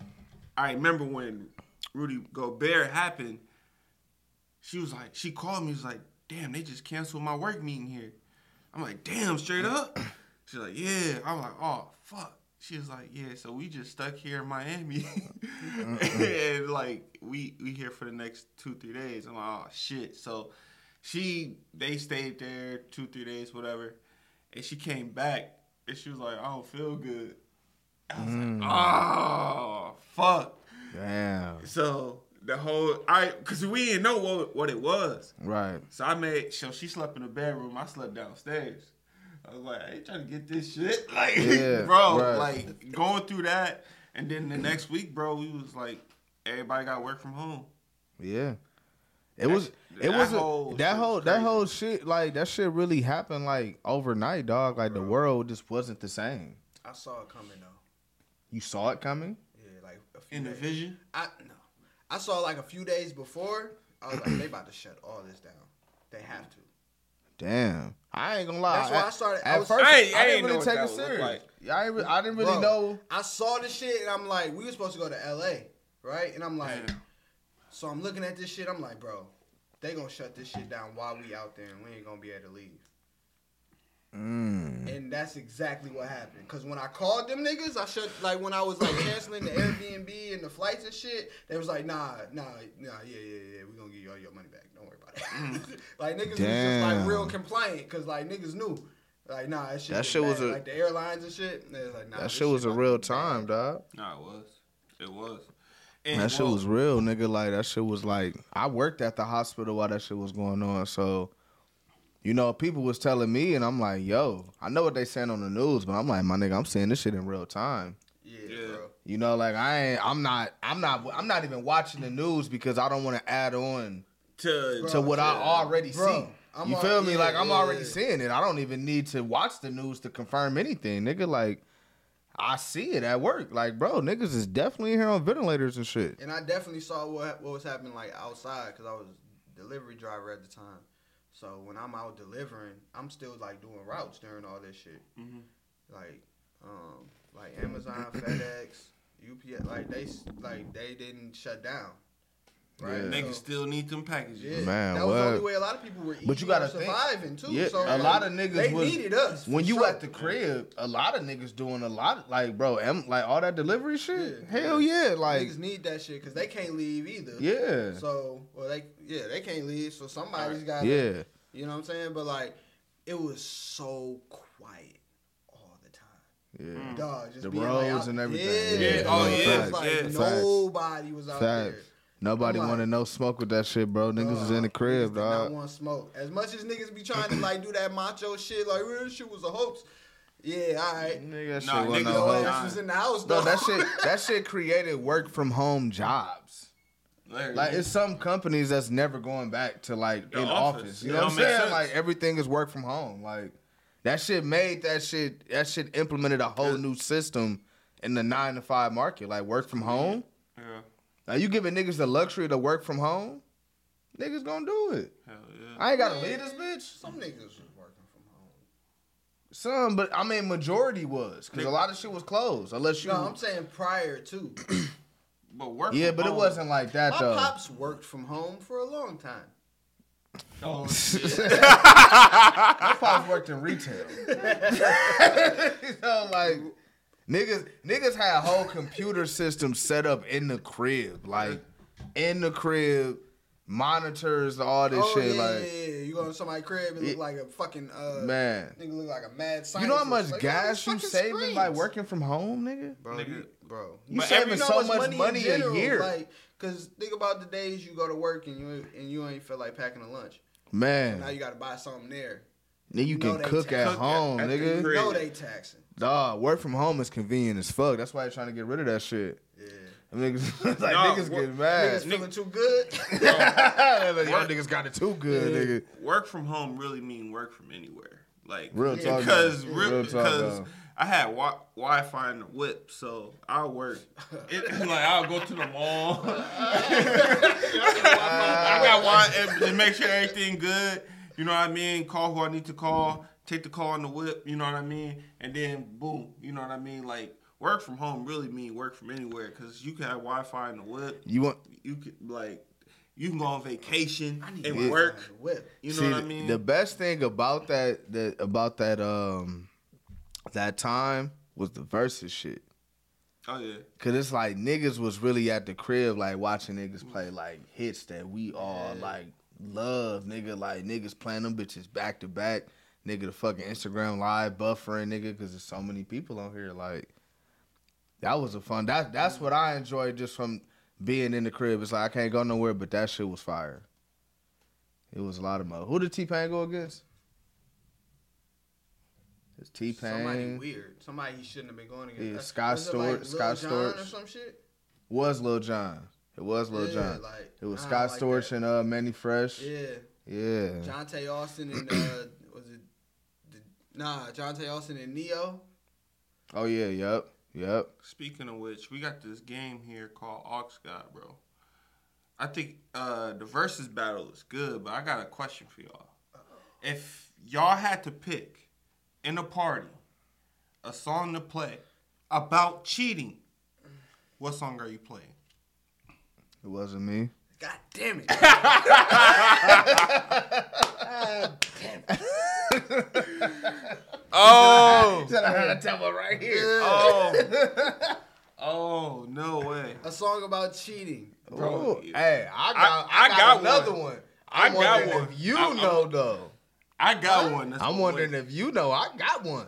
I remember when Rudy Gobert happened. She was like, she called me. Was like, damn, they just canceled my work meeting here. I'm like, damn, straight up. She's like, yeah. I'm like, oh fuck. She was like, yeah. So we just stuck here in Miami, and like we we here for the next two three days. I'm like, oh shit. So she they stayed there two three days whatever, and she came back and she was like, I don't feel good. I was
Mm.
like, oh fuck.
Damn.
So the whole I because we didn't know what what it was.
Right.
So I made so she slept in the bedroom. I slept downstairs. I was like, I ain't trying to get this shit. Like,
Yeah,
bro,
right.
like going through that, and then the next week, bro, we was like, everybody got work from home.
Yeah. It was it
that
was a-
whole
that
shit
whole
was
that
crazy.
whole shit like that shit really happened like overnight, dog. Like the world just wasn't the same.
I saw it coming though.
You saw it coming?
Yeah, like a few
In the
days.
vision,
I no. I saw like a few days before. I was like, they about to shut all this down. They have to.
Damn. I ain't gonna lie.
That's why
At-
I started-
At
I was-
first,
I
I,
ain't- I ain't
didn't
know
really
what
take
that
it
would look
serious.
like.
I, ain't re- I didn't really
Bro,
know.
I saw this shit and I'm like, we were supposed to go to LA, right? And I'm like,
Yeah.
so I'm looking at this shit. I'm like, bro, they gonna shut this shit down while we out there and we ain't gonna be able to leave.
Mm.
And that's exactly what happened. Cause when I called them niggas, I shut like when I was like canceling the Airbnb and the flights and shit, they was like, nah, nah, nah, yeah, yeah, yeah, we gonna give you all your money back. Don't worry about
Mm.
it. like niggas was just like
Damn.
real compliant, cause like niggas knew, like nah, that shit.
That
is
shit was
bad.
a-
like the airlines and shit. and they was like, nah,
That
this
shit was a
about to
real
be bad.
time, dog.
nah, it was, it was. And
That shit
well,
was real, nigga. Like that shit was like I worked at the hospital while that shit was going on. So, you know, people was telling me, and I'm like, yo, I know what they saying on the news, but I'm like, my nigga, I'm seeing this shit in real time.
Yeah,
Yeah.
bro.
You know, like I ain't, I'm not, I'm not, I'm not even watching the news because I don't want to add on
To,
to what I
yeah.
already
Bro,
see.
I'm
you
al-
feel me?
yeah,
like I'm
yeah,
already
yeah.
seeing it. I don't even need to watch the news to confirm anything, nigga. Like I see it at work. Like, bro, niggas is definitely here on ventilators and shit.
And I definitely saw what what was happening like outside because I was delivery driver at the time. So when I'm out delivering, I'm still like doing routes during all this shit.
Mhm.
Like, um, like Amazon, FedEx, UPS, like they s- like they didn't shut down. Right.
Yeah.
Niggas
So,
still need them packages.
yeah,
Man,
that was
what?
the only way a lot of people were eating
But you gotta
or
think.
surviving too.
Yeah,
so
a
like,
lot of niggas
they
was-
needed us. for
when you
sure.
at the crib, a lot of niggas doing a lot, like bro, em, like all that delivery shit.
Yeah.
Hell yeah, like
niggas need that shit because they can't leave either.
yeah,
So well they yeah they can't leave so somebody's got to
yeah.
You know what I'm saying? But like, it was so quiet all the time.
Yeah.
Dog, just
The
being
roads
like, out-
and everything.
Yeah,
Yeah, oh,
it
yeah,
was like
yeah.
Facts.
nobody was out
Facts. Nobody
I'm like-
want to no smoke with that shit, bro.
there.
Niggas is in the
Dog, niggas
crib,
did not
dog.
want smoke. As much as niggas be trying to like do that macho shit, like real shit was a hoax. Yeah, all right.
Mm-hmm.
Nigga, that shit
Nah,
wasn't
niggas
no
Your
don't
hoe.
ass was in the house,
No,
dog.
that shit, that shit created work from home jobs.
Like,
Like it's some companies that's never going back to like
The
in office.
office.
You
It
know what I'm
don't make
saying?
sense.
Like everything is work from home. Like that shit made that shit that shit implemented a whole
Yeah.
new system in the nine to five market. Like work from home.
yeah,
Now you giving niggas the luxury to work from home. Niggas gonna do it.
hell yeah.
I ain't gotta leave this bitch.
Some niggas was working from home.
Some, but I mean majority was because a lot of shit was closed. Unless you,
No, I'm saying prior to.
But work.
yeah,
from
but it
home,
wasn't like
My
that though.
pops worked from home for a long time.
dog.
My pops worked in retail. so like niggas niggas had whole computer systems set up in the crib. Like in the crib, monitors, all this
oh,
shit.
yeah,
like
yeah, yeah. You go to somebody's crib and
Yeah.
look like a fucking uh,
man.
Nigga look like a mad scientist.
You know how much
Like,
gas
look
you
at these
saving
fucking
by
screens.
working from home, nigga?
Bro,
Nigga.
you- bro.
You
But
saving
every-
know
so
how
much money,
in
a
general,
year.
Like, cause think about the days you go to work and you and you ain't feel like packing a lunch.
man,
Now you gotta buy something there.
then you
know
can
they
cook
tax-
at
cook at-
home,
at the
nigga.
crib.
No,
Really?
they taxing.
Dog, work from home is convenient as fuck. That's why they're trying to get rid of that shit.
Yeah.
Niggas, like,
Nah,
niggas
work-
get mad.
Niggas feeling too good.
like, y'all
Work-
niggas got it too good, nigga.
work from home really mean work from anywhere. Like
Real talk,
because
though.
real,
Real talk,
because
though.
I had wi- Wi-Fi in the whip, so I work. It, like I'll go to the mall. I got
Uh,
Wi and- and make sure everything good. You know what I mean? Call who I need to call. Take the call in the whip. You know what I mean? And then boom. You know what I mean? Like work from home really mean work from anywhere because you can have Wi-Fi in the whip.
You want
You could like you can go on vacation and
Yeah.
work.
Whip.
You know
see
what I mean?
the best thing about that that about that um that time was the versus shit.
oh yeah.
Cause it's like niggas was really at the crib, like watching niggas play like hits that we all like love, nigga. Like niggas playing them bitches back to back, nigga. The fucking Instagram live buffering, nigga, cause there's so many people on here. Like that was a fun. That that's what I enjoyed just from being in the crib. It's like I can't go nowhere, but that shit was fire. It was a lot of mo. Who did T Pain go against? It's T
Somebody
Pain.
weird. Somebody he shouldn't have been going against.
Yeah,
That's-
Scott
was it like
Storch-
Lil
Scott
Jon or
Storch.
some shit.
was Lil John. It was Lil
yeah,
John.
Like,
It was
I
Scott
don't like
Storch
that.
and uh, Manny Fresh. Yeah.
Yeah. Jonte Austin and uh, was it? The, nah, Jonte Austin and Neo.
Oh yeah. Yep. Yep.
Speaking of which, we got this game here called Ox God, bro. I think uh the versus battle is good, but I got a question for y'all. If y'all had to pick in a party a song to play about cheating, what song are you playing?
It wasn't me.
God damn it!
Oh,
Said I had a devil right here.
oh, oh, no way.
A song about cheating.
Bro,
Oh, Bro,
hey, I got, I,
I- I
got,
got
another
one.
one.
I
I'm
got
wondering
one.
If you
I- I'm-
know though,
I got one. That's
I'm
the
wondering
way-
if you know. I got one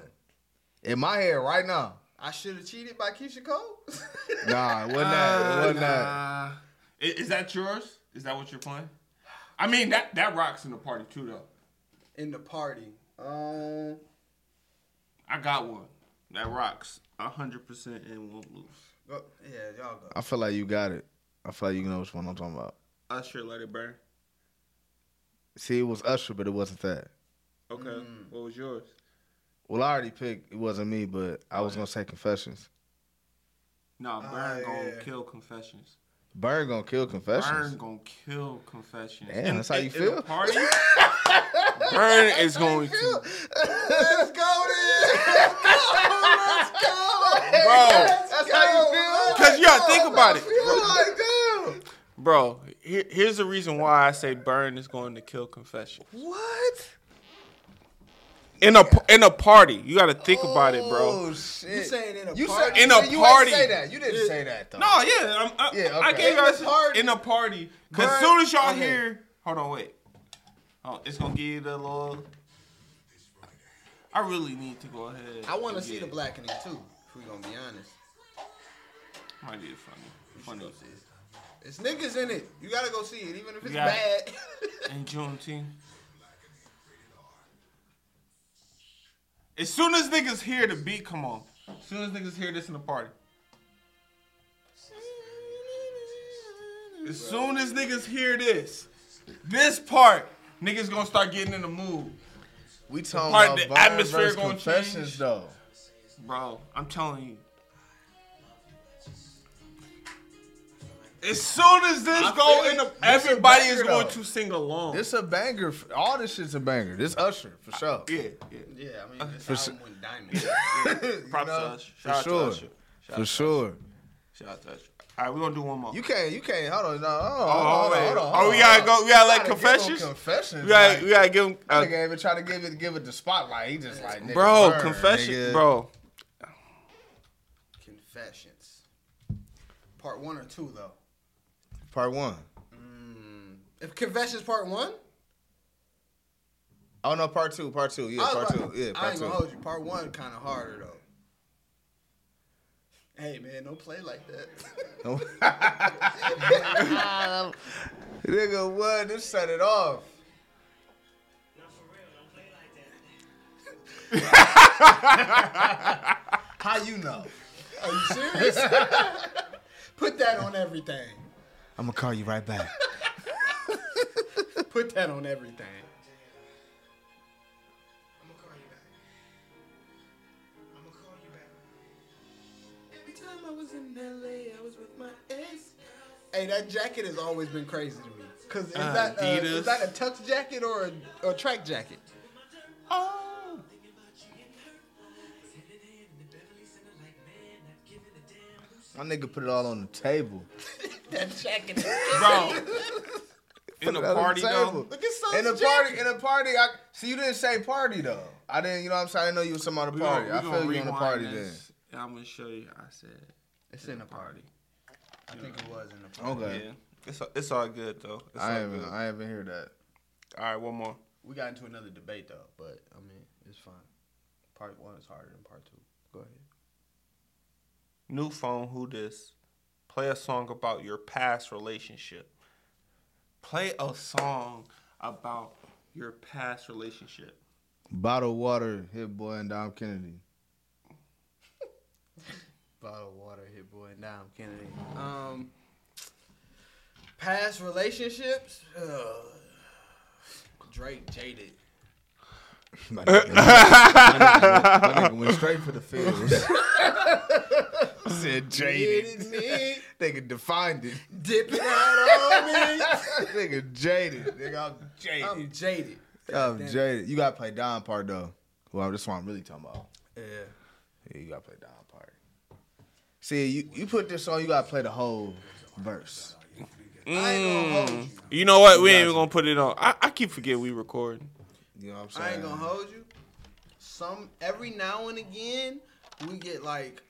in my head right now.
I should have cheated by Keisha Cole.
Nah, it wasn't that. It
Uh,
wasn't that.
nah. I- Is that yours? Is that what you're playing? I mean that that rocks in the party too though.
In the party. Um,
I got one. That rocks. hundred percent and won't lose.
Go, yeah, y'all go.
I feel like you got it. I feel like you know which one I'm talking about.
Usher, Let It Burn.
See, it was Usher, but it wasn't that.
Okay,
Mm.
what was yours?
Well, I already picked. It wasn't me, but I was gonna say Confessions.
No,
Ah,
Burn gonna
yeah.
kill Confessions.
Burn gonna kill Confessions.
Burn gonna kill Confessions.
Damn,
In-
that's how you
in- in
feel?
a party, Burn is going to.
Let's go then. Let's go. Let's go. Oh
Bro.
That's how you feel?
Cause you gotta think about it,
I feel like,
bro. Here, here's the reason why I say Burn is going to kill Confessions.
dude. What?
In a in a party, you gotta think about it, bro.
Oh shit!
You saying in a
You
party?
said-
In a
you
party.
Didn't say that. You didn't say that though.
No, yeah, I'm, I,
Yeah,
I
okay.
gave
In
y'all
the
shit-
party.
in a party. Cause
Burn-
soon as y'all
okay.
hear, hold on, wait. Oh, it's gonna give you the little. I really need to go ahead.
I want to
and
see
get
the
it.
blackening too. If we gonna be honest,
Might be funny. Funny.
it's niggas in it. You gotta go see it, even if it's
Yeah.
bad.
And Juneteenth. As soon as niggas hear the beat, come on. As soon as niggas hear this in the party. As soon as niggas hear this, this part, niggas gonna start getting in the mood.
We talking
part-
about
the
Burn
atmosphere
versus
gonna
Confessions
change.
though.
Bro, I'm telling you. As soon as this
I
go
feel
in
it.
the,
This a
everybody is
banger,
going
though.
to sing along.
This a banger. f- All this shit's a banger. This Usher for sure.
yeah, yeah.
yeah, I mean, this
For
album went diamond.
Props
know,
to us. Shout out
for
to
sure.
us. Shout
for
out
sure.
to- Shout out to us. All right, we're gonna do one more.
You can't. You can't. Hold on. No. Hold on.
Oh,
hold on,
wait.
hold on,
Oh,
hold
we
on,
gotta
hold
go-
on.
we gotta let
You give
Confessions?
him Confessions.
we gotta,
like,
we gotta give him.
Nigga
Uh,
ain't even try to give it give it the spotlight. He just like nigga,
bro,
burn,
confession,
nigga.
bro.
Confessions, part one or two though.
Part one.
Mm. If Confessions part one,
Oh no, part two. Part two. Yeah,
I was
part
about-
two. Yeah,
I
part
ain't
two.
gonna hold you. Part one kind of harder though. Hey man, don't play like that.
Nigga, what? Just shut it off. How you know?
Are you serious? Put that on everything.
I'm gonna call you right back.
Put that on everything.
I'm gonna call you back. I'm gonna call you back.
Every time I was in LA, I was with my ex. Hey, that jacket has always been crazy to me. Cause is that uh,
Adidas.
is that a tux jacket or a, a track jacket?
Oh.
My nigga put it all on the table.
That jacket.
Bro. In the
Put it on
party, though.
table.
Look at Son's
In the
jacket.
party, in the party, I see you didn't say party though. I didn't, you know what I'm saying? I didn't know you was talking about
We
the
gonna-
party.
we
I
gonna
feel you on the
rewind
party then.
this, and I'm gonna show you. I said
It's in the party. I think it was in the party.
Okay.
Yeah. It's all, it's all good though. It's
I
all
haven't,
good.
I haven't heard that.
All right, one more.
We got into another debate though, but I mean it's fine. Part one is harder than part two. Go ahead.
New phone, who this? Play a song about your past relationship. Play a song about your past relationship.
Bottle water, hit boy, and Dom Kennedy.
Bottle water, hit boy. Nah, I'm Kennedy. Um, past relationships. Ugh. Drake jaded.
My nigga, my nigga went straight for the fields. Said
Jaded
jaded.
me,
Nigga defined it.
dipping out on me.
nigga jaded. Nigga, I'm jaded.
I'm jaded.
I'm
Damn.
jaded. You gotta play Don part though. Well, this one I'm really talking about.
Yeah.
Yeah, you gotta play Don part. See, you, you put this on, you gotta play the whole verse.
I ain't
Mm.
gonna hold you.
You know what? We ain't even gonna put it on. I, I keep forgetting we recording.
You know what I'm saying?
I ain't gonna hold you. Some every now and again we get like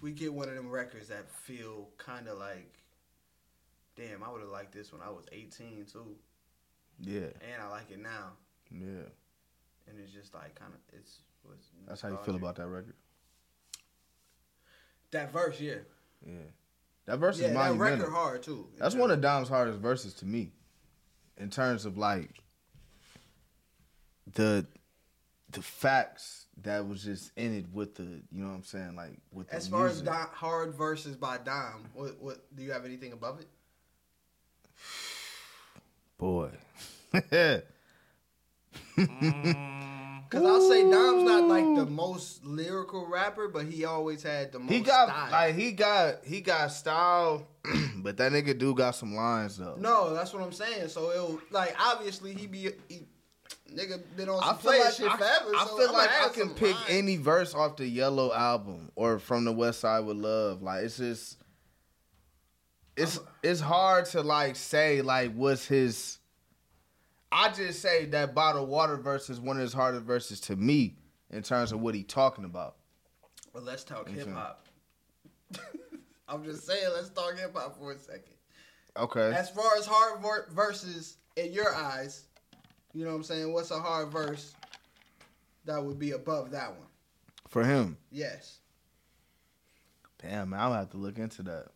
we get one of them records that feel kind of like, damn, I would have liked this when I was 18 too,
Yeah,
and I like it now,
yeah.
and it's just like kind of it's. it's
That's how you feel
nostalgic.
about that record.
that verse. Yeah,
Yeah. That verse
yeah,
is
that
monumental.
record hard too.
That's one of Dom's hardest verses to me, in terms of like the the facts that was just in it with the, you know what I'm saying, like with the
As far as
music.
Don, hard versus by Dom, what, what do you have anything above it?
boy. yeah,
Because I'll say Dom's not like the most lyrical rapper, but he always had the most
he got
style.
like he got he got style, but that nigga do got some lines though.
no, that's what I'm saying. So it'll like obviously he be he, nigga been on
I
some
feel
player
like
shit
I,
forever.
I
so
feel
I'ma
like I
add
can
some
pick
lines.
any verse off the Yellow album or from the West Side with Love. Like it's just it's it's hard to like say like what's his. I just say that bottled water verse is one of his hardest verses to me in terms of what he talking about.
But let's talk
Okay.
hip hop. I'm just saying, let's talk hip hop for a second.
Okay,
As far as hard ver- verses in your eyes, you know what I'm saying? What's a hard verse that would be above that one?
for him.
Yes.
Damn, man, I'm gonna have to look into that.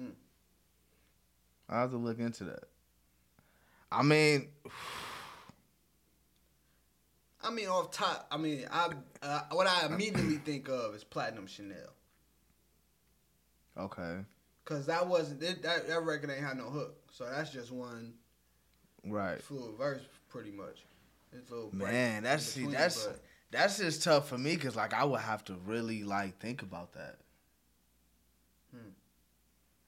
Mm.
I have to look into that. I mean,
I mean, off top, I mean, I uh, what I immediately think of is Platinum Chanel,
okay,
cause that wasn't that, that that record ain't had no hook, so that's just one
right.
full verse pretty much. It's a little break
Man, that's
in
see,
between,
that's
but
that's just tough for me because like I would have to really like think about that.
Hmm.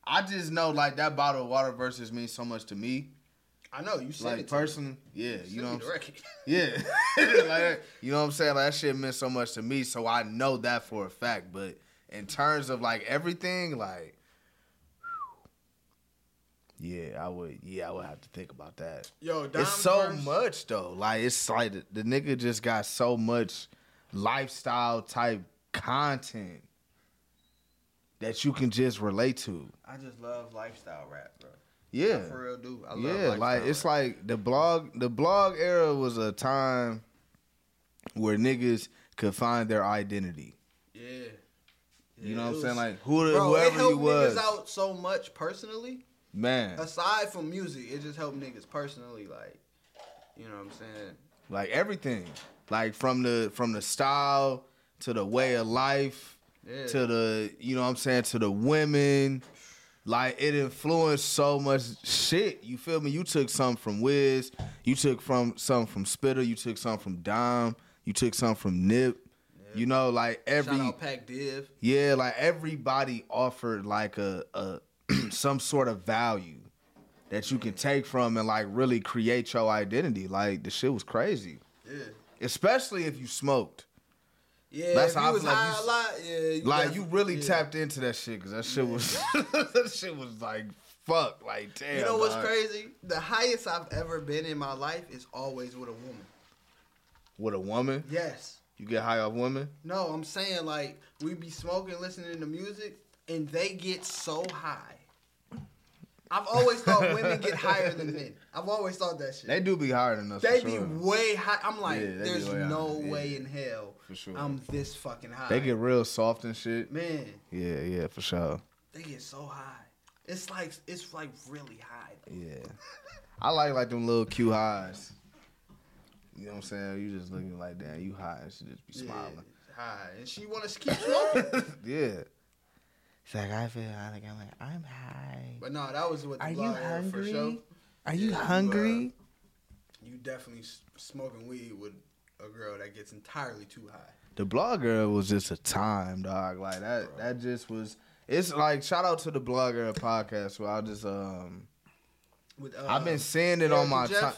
I just know like that bottle of water versus means so much to me.
I know you said
Like
it to me.
person, yeah,
Send
you know,
me
what
the
I'm,
record.
yeah, like you know what I'm saying. Like that shit meant so much to me, so I know that for a fact. But in terms of like everything, like. Yeah, I would. Yeah, I would have to think about that
Yo, Dom's
it's so
verse-
much though. Like it's like the, the nigga just got so much lifestyle type content that you can just relate to.
I just love lifestyle rap, bro.
Yeah.
I for real, do. I love
yeah, like
lifestyle
it's
rap.
like the blog the blog era was a time where niggas could find their identity.
yeah. Yeah,
You know
it
what I'm
was-
saying? Like who the-
bro, it
whoever
helped
you was.
niggas out so much personally.
Man.
aside from music, it just helped niggas personally, like, you know what I'm saying?
Like everything. Like from the from the style to the way of life.
Yeah.
to the you know what I'm saying to the women. Like it influenced so much shit. You feel me? You took some from Wiz, you took from some from Spitter, you took some from Dom, you took some from Nip. You know, like every
Shout out Pac Div.
yeah, like everybody offered like a, a some sort of value that you can take from and like really create your identity. Like the shit was crazy,
Yeah.
especially if you smoked.
Yeah,
That's
if you
how I
was
feel like
high
you-
a lot. Yeah,
Like
def-
you really
yeah.
tapped into that shit because that shit was that shit was like fuck like damn.
You know what's
dog.
crazy? The highest I've ever been in my life is always with a woman.
With a woman,
Yes.
you get high off women.
No, I'm saying like we be smoking, listening to music, and they get so high. I've always thought women get higher than men. I've always thought that shit.
They do be higher than us.
They
for
be
sure.
way high. I'm like,
Yeah, they be
there's
way high.
no
Yeah.
way in hell
For sure.
I'm this fucking high.
they get real soft and shit.
man,
Yeah, yeah, for sure.
they get so high. It's like it's like really high.
Yeah, I like like them little cute highs. You know what I'm saying? You just looking like damn, you high. and She just be smiling.
Yeah, high, and she want to keep smoking.
Yeah. It's like I feel high. Like I'm like I'm high.
but no, that was what the blog era for sure.
Are
you hungry? You definitely s- smoking weed with a girl that gets entirely too high.
the blogger was just a time dog like that that just was it's like shout out to the blogger podcast where i just um
With uh,
i've been seeing it on
Eric
my
and Jeff?
time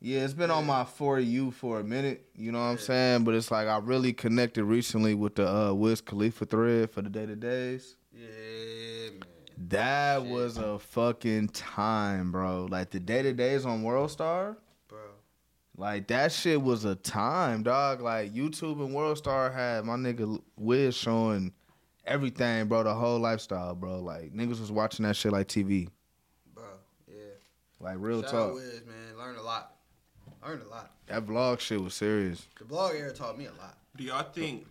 yeah it's been on my for you for a minute you know what i'm
Yeah.
saying but it's like i really connected recently with the uh wiz khalifa thread for the day to days
Yeah, man.
that
Shit.
was a fucking time bro like the day to days on world star
Bro,
like that shit was a time, dog. Like YouTube and Worldstar had my nigga Wiz showing everything, bro. The whole lifestyle, bro. Like niggas was watching that shit like TV.
bro, yeah.
Like real
Shout out
talk.
Wiz, man. Learn a lot. Learn a lot.
That vlog shit was serious.
The blog era taught me a lot.
Do y'all think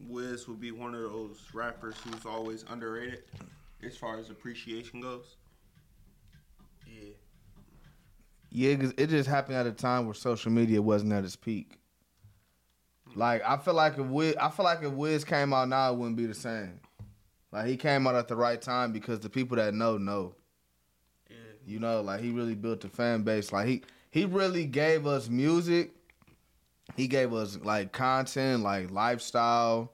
Wiz would be one of those rappers who's always underrated as far as appreciation goes?
Yeah.
Yeah, 'cause it just happened at a time where social media wasn't at its peak. Like I feel like if Wiz, I feel like if Wiz came out now, it wouldn't be the same. Like he came out at the right time because the people that know know.
Yeah.
You know, like he really built a fan base. Like he he really gave us music. He gave us like content, like lifestyle,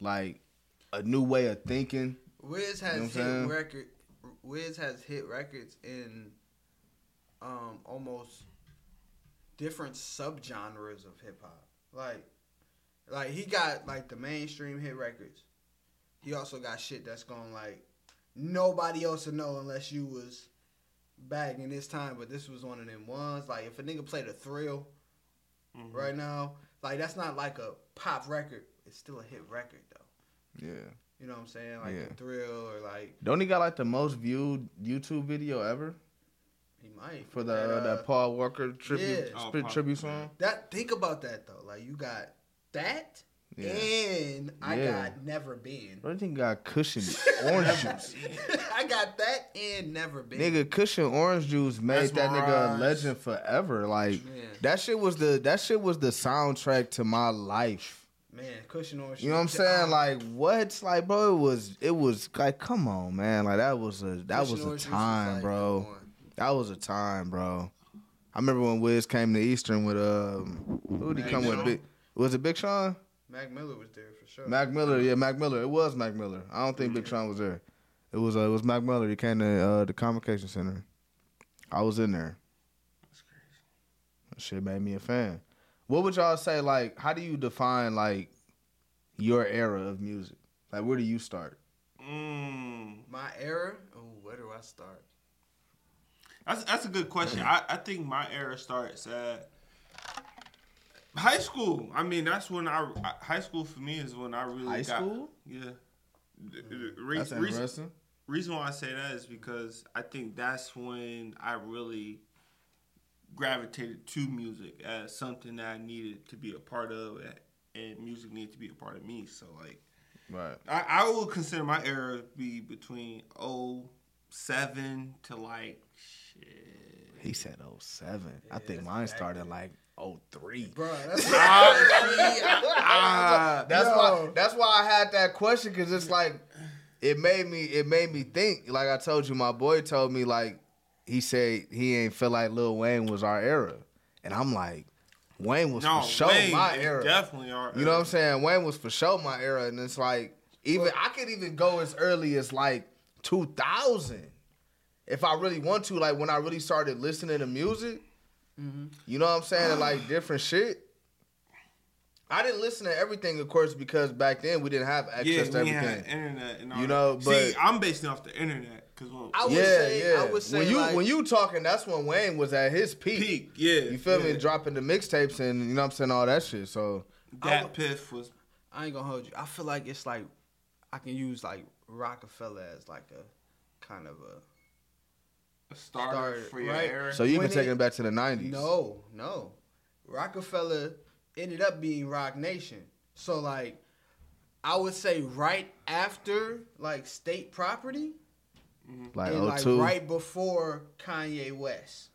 like a new way of thinking.
Wiz
You know what
has
I'm saying?
hit record. Wiz has hit records in um, almost different subgenres of hip hop. Like, like he got like the mainstream hit records. He also got shit that's going like nobody else would know unless you was back in this time. But this was one of them ones. Like if a nigga played a thrill
Mm-hmm.
Mhm.
right now, like that's not like a pop record. It's still a hit record though.
Yeah.
You know what I'm saying? Like
Yeah.
a thrill or like
Don't he got like the most viewed YouTube video ever
He might
for the that,
uh,
Paul Walker tribute
yeah.
Oh,
spit
Paul-
tribute song?
that. Think about that though. Like you got that,
Yeah.
and I
Yeah.
got never been.
Bro, that thing got cushion orange juice.
I got that and never been.
Nigga, cushion orange juice made that nigga a
Mesmerized.
legend forever. Like
Yeah.
that shit was the that shit was the soundtrack to my life.
man, cushion orange.
You know what I'm
juice.
saying?
Ah,
Like what? Like bro, it was it was like come on, man. Like that was a that
Cushion
was
Orange
a
Juice
time,
like,
bro.
come on.
That was a time, bro. I remember when Wiz came to Eastern with um, who did he
Big
come with?
Sean.
Big, was it Big Sean?
Mac Miller was there for sure.
Mac Miller, yeah, Mac Miller. It was Mac Miller. I don't think Big Sean was there. It was uh, it was Mac Miller. He came to uh, the Convocation Center. I was in there.
That's crazy.
That Shit made me a fan. What would y'all say? Like, how do you define like your era of music? Like, where do you start?
Mm.
My era. Oh, where do I start?
That's that's a good question. I, I think my era starts at high school. I mean, that's when I I- high school for me is when I really
High
got,
school?
Yeah. The- the re-
That's
reason-
interesting.
reason why I say that is because I think that's when I really gravitated to music as something that I needed to be a part of, and music needed to be a part of me. So like.
Right.
I, I would consider my era to be between 07 to like shit.
He said 07. I
Yeah,
think
that's
mine
back
started like 03.
Bro, that's
Oh, Ah,
That's
Yo.
why. That's why I had that question because it's like it made me. It made me think. Like I told you, my boy told me like he said he ain't feel like Lil Wayne was our era, and I'm like, Wayne was
no,
for sure
Wayne
my
is
era.
definitely our
You know what I'm
era.
saying? Wayne was for sure my era, and it's like even I could even go as early as like 2000 if I really want to. Like when I really started listening to music,
Mm-hmm.
you know what I'm saying? And, like different shit. I didn't listen to everything, of course, because back then we didn't have access to
Yeah, we
everything.
had internet and all
You know,
that.
but-
See, I'm basing off the internet because
I would
yeah,
say-
yeah.
I would say,
when you
like-
when you talking, that's when Wayne was at his peak.
peak, yeah.
You feel
yeah.
me? Dropping the mixtapes and you know what I'm saying all that shit. So
I
That
would-
piff was
I ain't gonna hold you. I feel like it's like I can use like Rockefeller as like a kind of a
a starter
Started,
for your
right.
era.
so you've
When
been taking
it-
it back to the 90s.
No, no. Rockefeller ended up being Rock Nation. So like I would say right after like state property
like
and like
02.
right before Kanye West.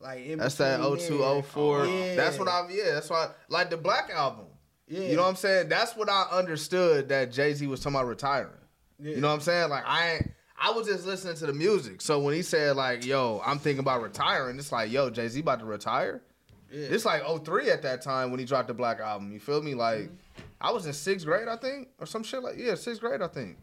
Like in
That's that
between Oh, there.
0204.
Yeah.
That's what I yeah, that's why like the black album.
yeah.
You know what I'm saying? That's what I understood that Jay-Z was talking about retiring.
yeah.
You know what I'm saying? Like I ain't I was just listening to the music. So when he said like, "Yo, I'm thinking about retiring," it's like, "Yo, Jay Z about to retire."
yeah.
It's like 03 at that time when he dropped the Black album. You feel me? Like I was in sixth grade, I think, or some shit like yeah, sixth grade, I think.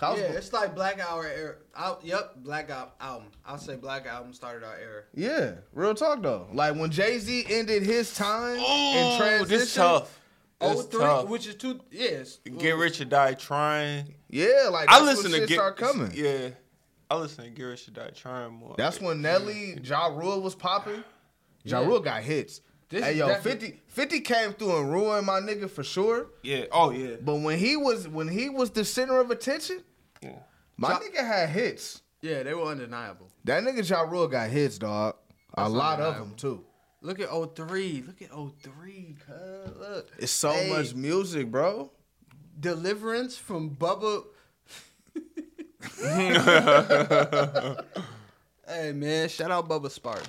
I was-
yeah, it's like Black Hour era. Out, yep, Black Al- album. I'll say Black album started our era.
yeah, real talk though. Like when Jay Z ended his time in
Oh,
transition,
this is tough. This
Oh
is
three,
tough.
which is two. Yes,
Get Rich or Die Trying.
yeah, like
I
that's
listen
when
to
shit
Get
start coming.
Yeah, I listen to Get Rich or Die Trying more.
That's when Nelly, Ja Rule was popping. Ja
Yeah.
Rule got hits.
This
hey
is
yo,
definitely-
50, 50 came through and ruined my nigga for sure.
Yeah. Oh yeah.
But when he was when he was the center of attention,
Yeah.
my
Ja-
nigga had hits.
Yeah, they were undeniable.
That nigga Ja Rule got hits, dog. A
That's
lot of
undeniable.
them too.
Look at 03. Look at 03, cuz. Look.
It's so
Hey,
much music, bro.
deliverance from Bubba. hey, man. Shout out Bubba Sparks.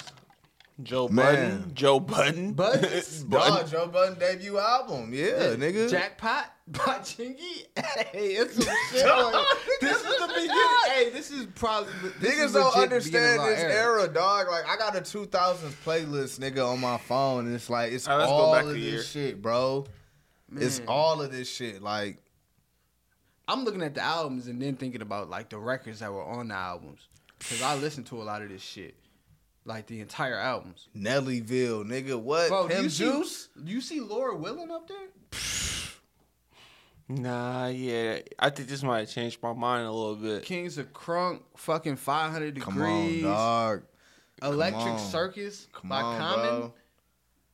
Joe
Man.
Budden. Joe Budden.
Buttons,
Budden.
Dog, Joe Budden debut album. Yeah, nigga.
Jackpot, by Chingy. Hey, it's some shit. on- this is the beginning. Hey, this is probably this
Niggas
is
don't
legit the beginning of
understand
our
this era. dog. Like I got a 2000s playlist, nigga, on my phone, and it's like it's
All right, let's go
all
back
of
a
this
year.
shit, bro. It's
Man.
all of this shit. Like
I'm looking at the albums and then thinking about like the records that were on the albums because I listened to a lot of this shit, like the entire albums.
Nellyville, nigga. What?
Bro, do
Pimp
you
Juice?
see? Do you see Laura Willing up there?
Nah, yeah.
I think this might have changed my mind a little bit.
Kings of Crunk, fucking 500
Come
degrees,
on, dog.
Electric
on.
Circus
Come
by
on,
Common.
bro.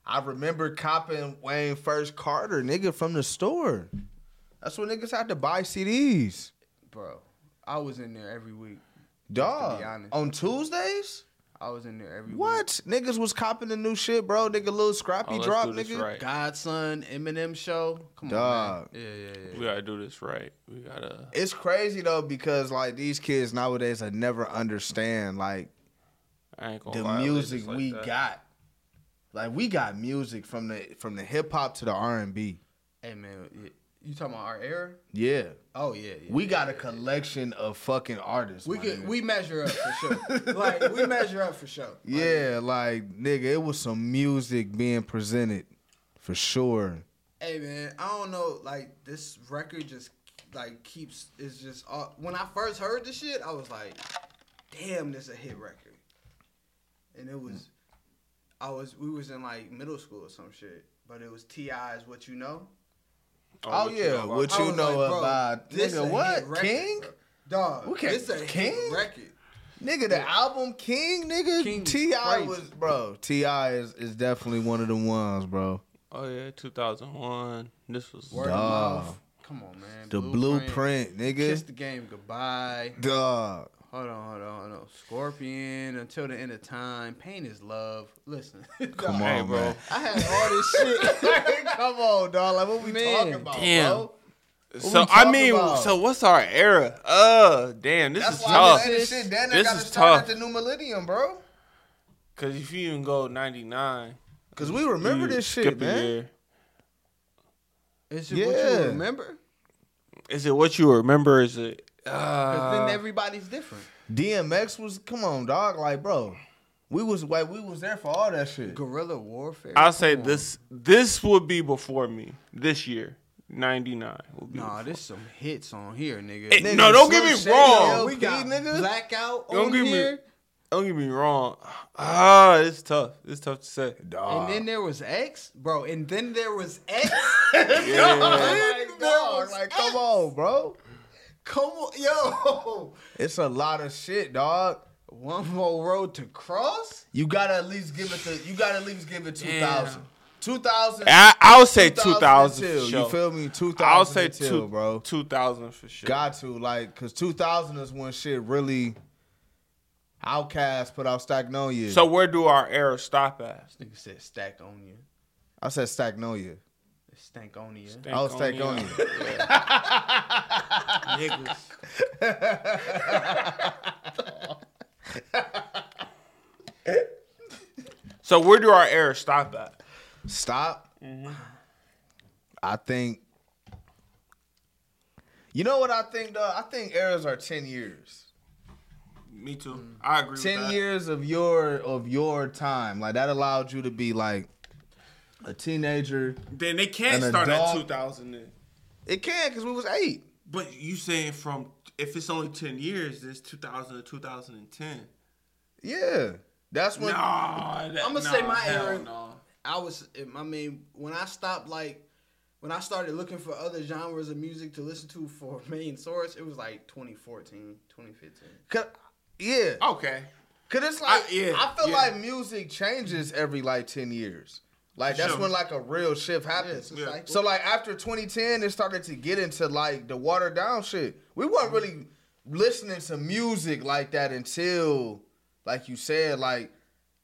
I remember copping Wayne First Carter, nigga, from the store. That's when niggas had to buy CDs.
Bro, I was in there every week.
Dog.
honest. Mm-hmm.
On Tuesdays?
I was in there every week.
What? Niggas was copping the new shit, bro. Nigga, little scrappy
Oh, let's
drop,
do this
nigga.
right.
Godson, Eminem show. Come on,
Dog.
man. Yeah, yeah, yeah.
We gotta do this right. We gotta.
It's crazy though because like these kids nowadays, I never understand like
I ain't gonna
the
violate
music
this Oh, like
we
that.
got. Like we got music from the from the hip hop to the R and B.
Hey man, y- you talking about our era?
Yeah,
Oh yeah, yeah.
we got a collection of fucking artists.
we
my
could
nigga.
we measure up for sure. like we measure up for sure. Like,
yeah, like nigga, it was some music being presented for sure.
Hey man, I don't know. Like this record just like keeps. It's just all, when I first heard the shit, I was like, "Damn, this a hit record." And it was, I was we was in like middle school or some shit, but it was Ti's "What You Know."
Oh,
what you
yeah,
know about-
what
I
you
was
know
like, bro,
about
this a
nigga?
hit
What
record,
King?
bro. Dog,
We can't-
this a
King?
hit record.
Nigga, the album King, nigga.
King was
Ti
crazy.
was, bro. Ti is is definitely one of the ones, bro.
Oh yeah, 2001. This was.
Word of
Dog.
mouth. Come on, man.
The blueprint,
Kiss
nigga.
the game goodbye.
Dog.
Hold on, hold on, hold on. Scorpion, until the end of time. Pain is love. Listen,
Come
dog,
Hey,
on,
bro.
man.
I had all this shit.
Come on, dog. Like what we
Man,
talking about,
damn.
bro?
So
we
I
talking
mean,
about?
so what's our era? Uh, damn, this
That's
is
why
tough.
I'm saying this shit. Then
This
gotta
is
start
tough.
at the new millennium, bro.
Cause if you even go 99,
Cause we remember
you
this
skip
shit,
a
man.
year.
Is it what
Yeah.
you remember?
Is it what you remember? Is it?
Because
Uh,
then everybody's different.
DMX was come on, dog. Like, bro, we was like we was there for all that shit.
Guerrilla warfare.
I'll say
Come on.
this. This would be before me this year. 99 will be.
Nah, this some hits on here, nigga.
Hey,
Nigga,
no, don't get me
Slim Shady,
wrong.
LP,
we got
nigga.
blackout
Don't
on
get me-
here,
Don't get me wrong. Ah, it's tough. It's tough to say.
and then there was X, bro, and then there was X.
Like, dog, like, come on, bro.
Come on, yo,
It's a lot of shit, dog.
one more road to cross.
You gotta at least give it to. You gotta at least give it two thousand.
Damn.
Two thousand.
I, I'll say 2000
until,
for sure.
You feel me? Two thousand.
I'll say
until,
two,
bro.
2000 for sure.
Got to like, cause two thousand is when shit really. Outcast put out Stagnolia.
So where do our era stop at?
This nigga said stack on you,
I said Stagnolia.
stank on you.
I was Stagnolia.
Niggas.
So where do our era stop at?
Stop. I think. You know what I think though? I think eras are ten years.
Me too. I agree. with
Mm. Ten
that.
years of your of your time, like that allowed you to be like a teenager.
Then they can't
An
start
adult-
at 2000. Then.
It can because we was eight.
But you saying from if it's only 10 years, it's 2000 to 2010.
Yeah, that's when.
Nah, that-
I'ma
nah,
say my
hell
era-
no.
I was, I mean, when I stopped, like, when I started looking for other genres of music to listen to for main source, it was like 2014, 2015.
Cause, yeah,
Okay.
cause it's like I,
I- yeah,
feel
yeah.
like music changes every like ten years. Like that's
Sure.
when like a real shift
Yeah,
happens.
it's a
Yeah.
cycle.
So like after 2010, it started to get into like the watered down shit. We weren't really listening to music like that until, like you said, like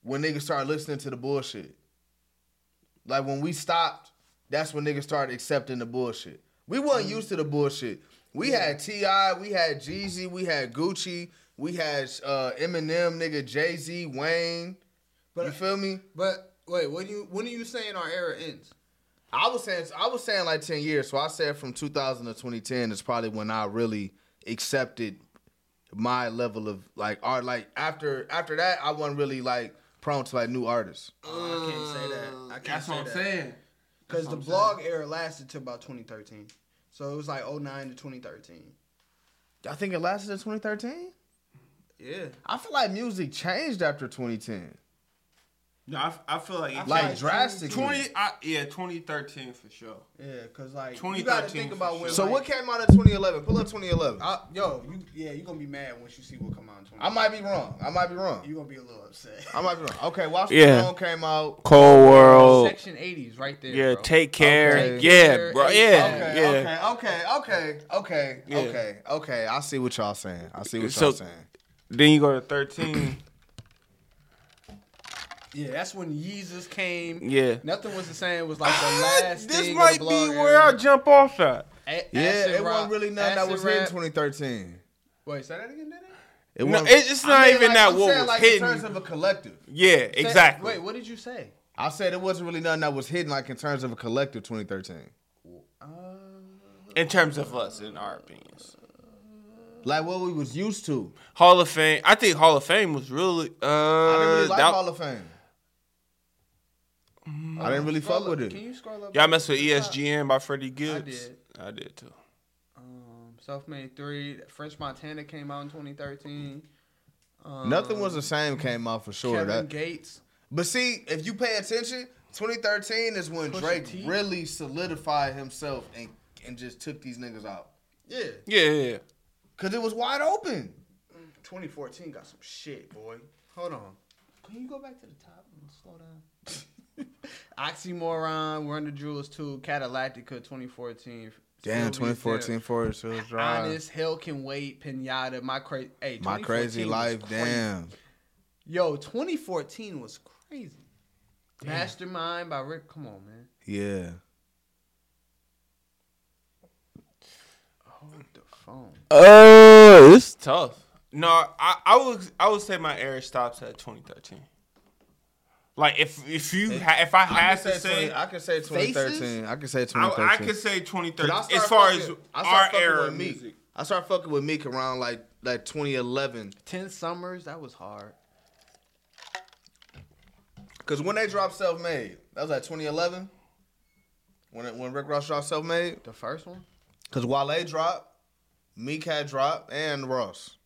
when niggas started listening to the bullshit. Like when we stopped, that's when niggas started accepting the bullshit. We wasn't used to the bullshit. We had Ti, we had Jeezy, we had Gucci, we had uh, Eminem, nigga Jay Z, Wayne.
But
you feel me?
but wait, when you when are you saying our era ends?
I was saying I was saying like ten years. So I said from 2000 to 2010 is probably when I really accepted my level of like art. Like after after that, I wasn't really like prone to like new artists.
Oh, I can't say that. I can't
That's
say
what I'm
that.
saying.
Because
That's
the
what I'm
blog era lasted to about 2013. So it was like 09 to 2013.
I think it lasted in 2013.
Yeah.
I feel like music changed after 2010.
No, I, I feel like it
Like
changed.
drastically.
twenty. I, yeah, 2013 for sure.
Yeah, because like, you got to
2013
think
for
about
sure.
when.
So
like,
what came out in 2011? Pull up 2011. I,
I, yo, you, yeah, you're going to be mad once you see what come out in 20.
I might be wrong. I might be wrong.
You're going to be a little upset.
I might be wrong. Okay, Watch
Yeah.
the Throne came out.
Cold
Oh.
World.
Section 80s right there.
Yeah,
bro.
take care.
Take
yeah,
care.
bro.
Hey,
Yeah,
Okay,
yeah.
okay, okay, okay, okay,
Yeah.
okay, okay. I see what y'all saying. I see what
So-
y'all saying.
Then you go to thirteen.
Yeah, that's when Yeezus came.
yeah.
Nothing was the same. It was like the
Ah,
last
this
thing
might be
of the blog
where I
era.
jump off at.
A-
Yeah,
acid
it
rock-
wasn't really nothing that
acid
was
rap.
hit in 2013.
Wait, say that again, did it?
It
No,
wasn't-
it's it's
I
not
mean,
even
like,
that
I'm
what
saying,
was
like,
hidden.
in terms of a collective.
yeah,
Say-
exactly.
Wait, what did you say?
I said it wasn't really nothing that was hidden like in terms of a collective 2013.
In terms of us, in our opinions,
Like what we was used to.
Hall of Fame. I think Hall of Fame was really. Uh,
I didn't really like
that-
Hall of Fame. I didn't really fuck with
Can
it.
you scroll up?
y'all mess with E
to
E
the top?
ESGN by Freddie Gibbs.
did.
I did, too.
Um, Self-Made 3, French Montana came out in 2013. Um,
Nothing was the same came out for sure.
Kevin
That,
Gates.
but see, if you pay attention, 2013 is when
Pusha
Drake
T.
really solidified himself and and just took these niggas out.
Yeah.
Yeah, yeah, yeah.
Cause it was wide open.
2014 got some shit, boy. Hold on. Can you go back to the top and slow down? Oxymoron, We're Under Jewels 2, Catalactica 2014.
Damn,
Sylvia's
2014
Death,
Forest Hills Drive.
Honest, Hell Can Wait, Pinata, My, cra- hey,
My
2014
crazy
was
life,
crazy.
damn.
Yo, 2014 was crazy. Mastermind by Rick. Come on, man.
Yeah.
Hold the phone.
Oh, it's tough. No, I, I would I would say my era stops at 2013. Like if if you ha- if I
I
had
can
to
say,
say,
20 I can say 2013. I can say
I,
2013.
I could say 2013
But I
as
started
far
fucking-
as
I started
our
fucking
era
with
of
Meek.
music.
I started fucking with Meek around like like 2011.
10 Summers, that was hard.
Cause when they dropped Self Made, that was like 2011. When it, when Rick Ross dropped Self Made,
The first one?
cause Wale dropped, Meek had dropped, and Ross.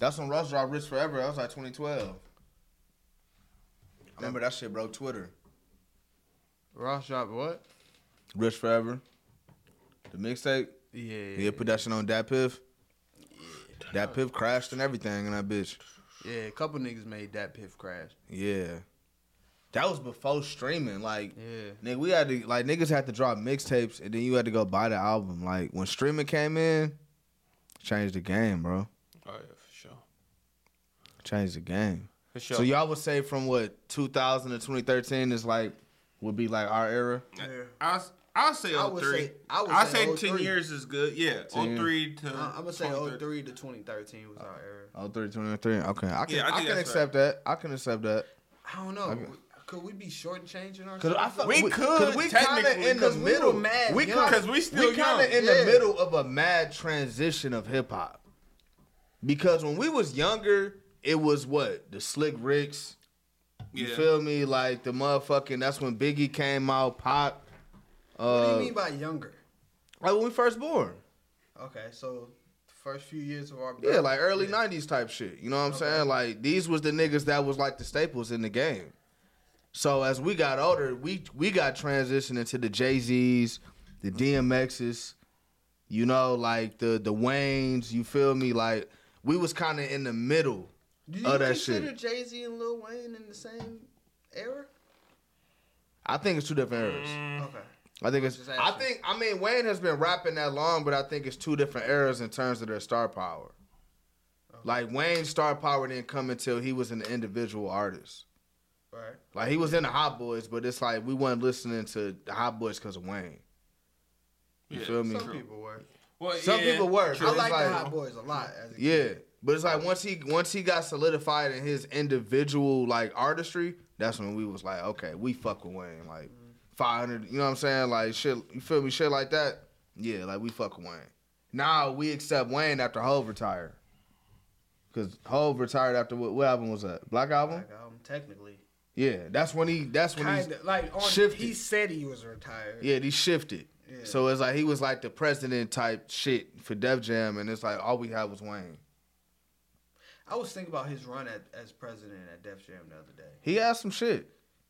That's when Ross dropped Rich Forever. That was like 2012. I remember that shit broke Twitter.
Ross dropped what?
Rich Forever, the mixtape.
Yeah.
Yeah, put that shit on Dat Piff. Dat Piff crashed and everything in that bitch.
Yeah, a couple niggas made that piff crash.
Yeah. That was before streaming. Like,
Yeah.
nigga, we had to like niggas had to drop mixtapes and then you had to go buy the album. Like when streaming came in, changed the game, bro.
Oh yeah, for sure.
Changed the game.
For sure.
So y'all would say from what 2000 to 2013 is like would be like our era.
I I'll say
I would
03.
say- I would
I'll
say
say, 10
03.
years is good. Yeah,
10.
03 to
I- I'm gonna say
2013.
03 to 2013 was our era.
Oh, 03, 2013. Okay, I can
Yeah, I
I,
think
can
that's
accept that. I can accept that.
I don't know.
Okay.
Could we be shortchanging ourselves?
Cause I fuck,
We could,
'cause we kind of
technically,
in the
'cause we
middle.
were mad
we
young.
kinda-
'Cause we still
we kind of
young.
in
Yeah.
the middle of a mad transition of hip hop. Because when we was younger, it was what the Slick Ricks. You
Yeah.
feel me? Like the motherfucking. That's when Biggie came out. Pop.
what do
Uh,
you mean by younger?
Like when we first born.
Okay, so the first few years of our
Yeah, like early
Yeah.
'90s type shit. You know what I'm
Okay.
saying? Like these was the niggas that was like the staples in the game. So as we got older, we we got transitioned into the Jay Z's, the DMX's, you know, like the the Waynes. You feel me? Like we was kind of in the middle.
Do you
Oh, that
consider
shit.
Jay Z and Lil Wayne in the same era?
I think it's two different eras.
Okay.
I think it's.
Just
I
asking.
think. I mean, Wayne has been rapping that long, but I think it's two different eras in terms of their star power. Like Wayne's star power didn't come until he was an individual artist.
Right.
Like he was in the Hot Boys, but it's like we weren't listening to the Hot Boys because of Wayne. You
Yeah,
feel me?
Some people were.
Well,
Some people were.
true.
I like
Like-
the Hot Boys a lot. As a kid.
Yeah, But it's like once he once he got solidified in his individual like artistry, that's when we was like, okay, we fuck with Wayne. Like
Mm-hmm.
five hundred, you know what I'm saying? Like shit, you feel me? Shit like that, yeah. Like we fuck with Wayne. Now we accept Wayne after Hove retired, because Hove retired after what, what album was that? Black album.
Like, um, technically,
Yeah, that's when he. That's when
kind
he.
of like on,
shifted.
he said he was retired.
Yeah, he shifted.
Yeah.
So it's like he was like the president type shit for Def Jam, and it's like all we had was Wayne.
I was thinking about his run at, as president at Def Jam the other day.
He had some shit.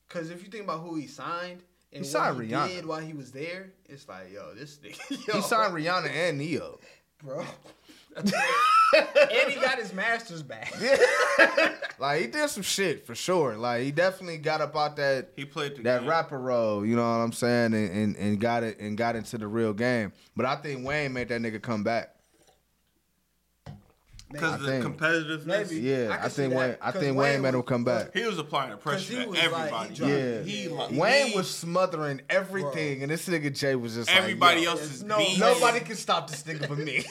Because if you think about who he signed and
He
what
signed
he
Rihanna.
did while he was there, it's like, yo, this nigga, yo,
He signed Rihanna and Neo.
bro. and he got his master's back.
Like he did some shit for sure. Like he definitely got up out that
He played the
that
game.
rapper role. You know what I'm saying? And, and and got it and got into the real game. But I think Wayne made that nigga come back.
because the
I think.
competitiveness.
Maybe.
Yeah,
I
I,
can see
think
that,
Wayne. I
'cause Wayne
think Wayne made him
was-
come back.
He was applying the
'Cause
pressure
he
to
was, like, he
everybody.
dropped-
Yeah.
he
Yeah.
like,
Wayne
he-
was smothering everything, and this nigga Jay was just like,
Everybody
yo,
else's
no
beats.
way.
Nobody can stop this nigga but me.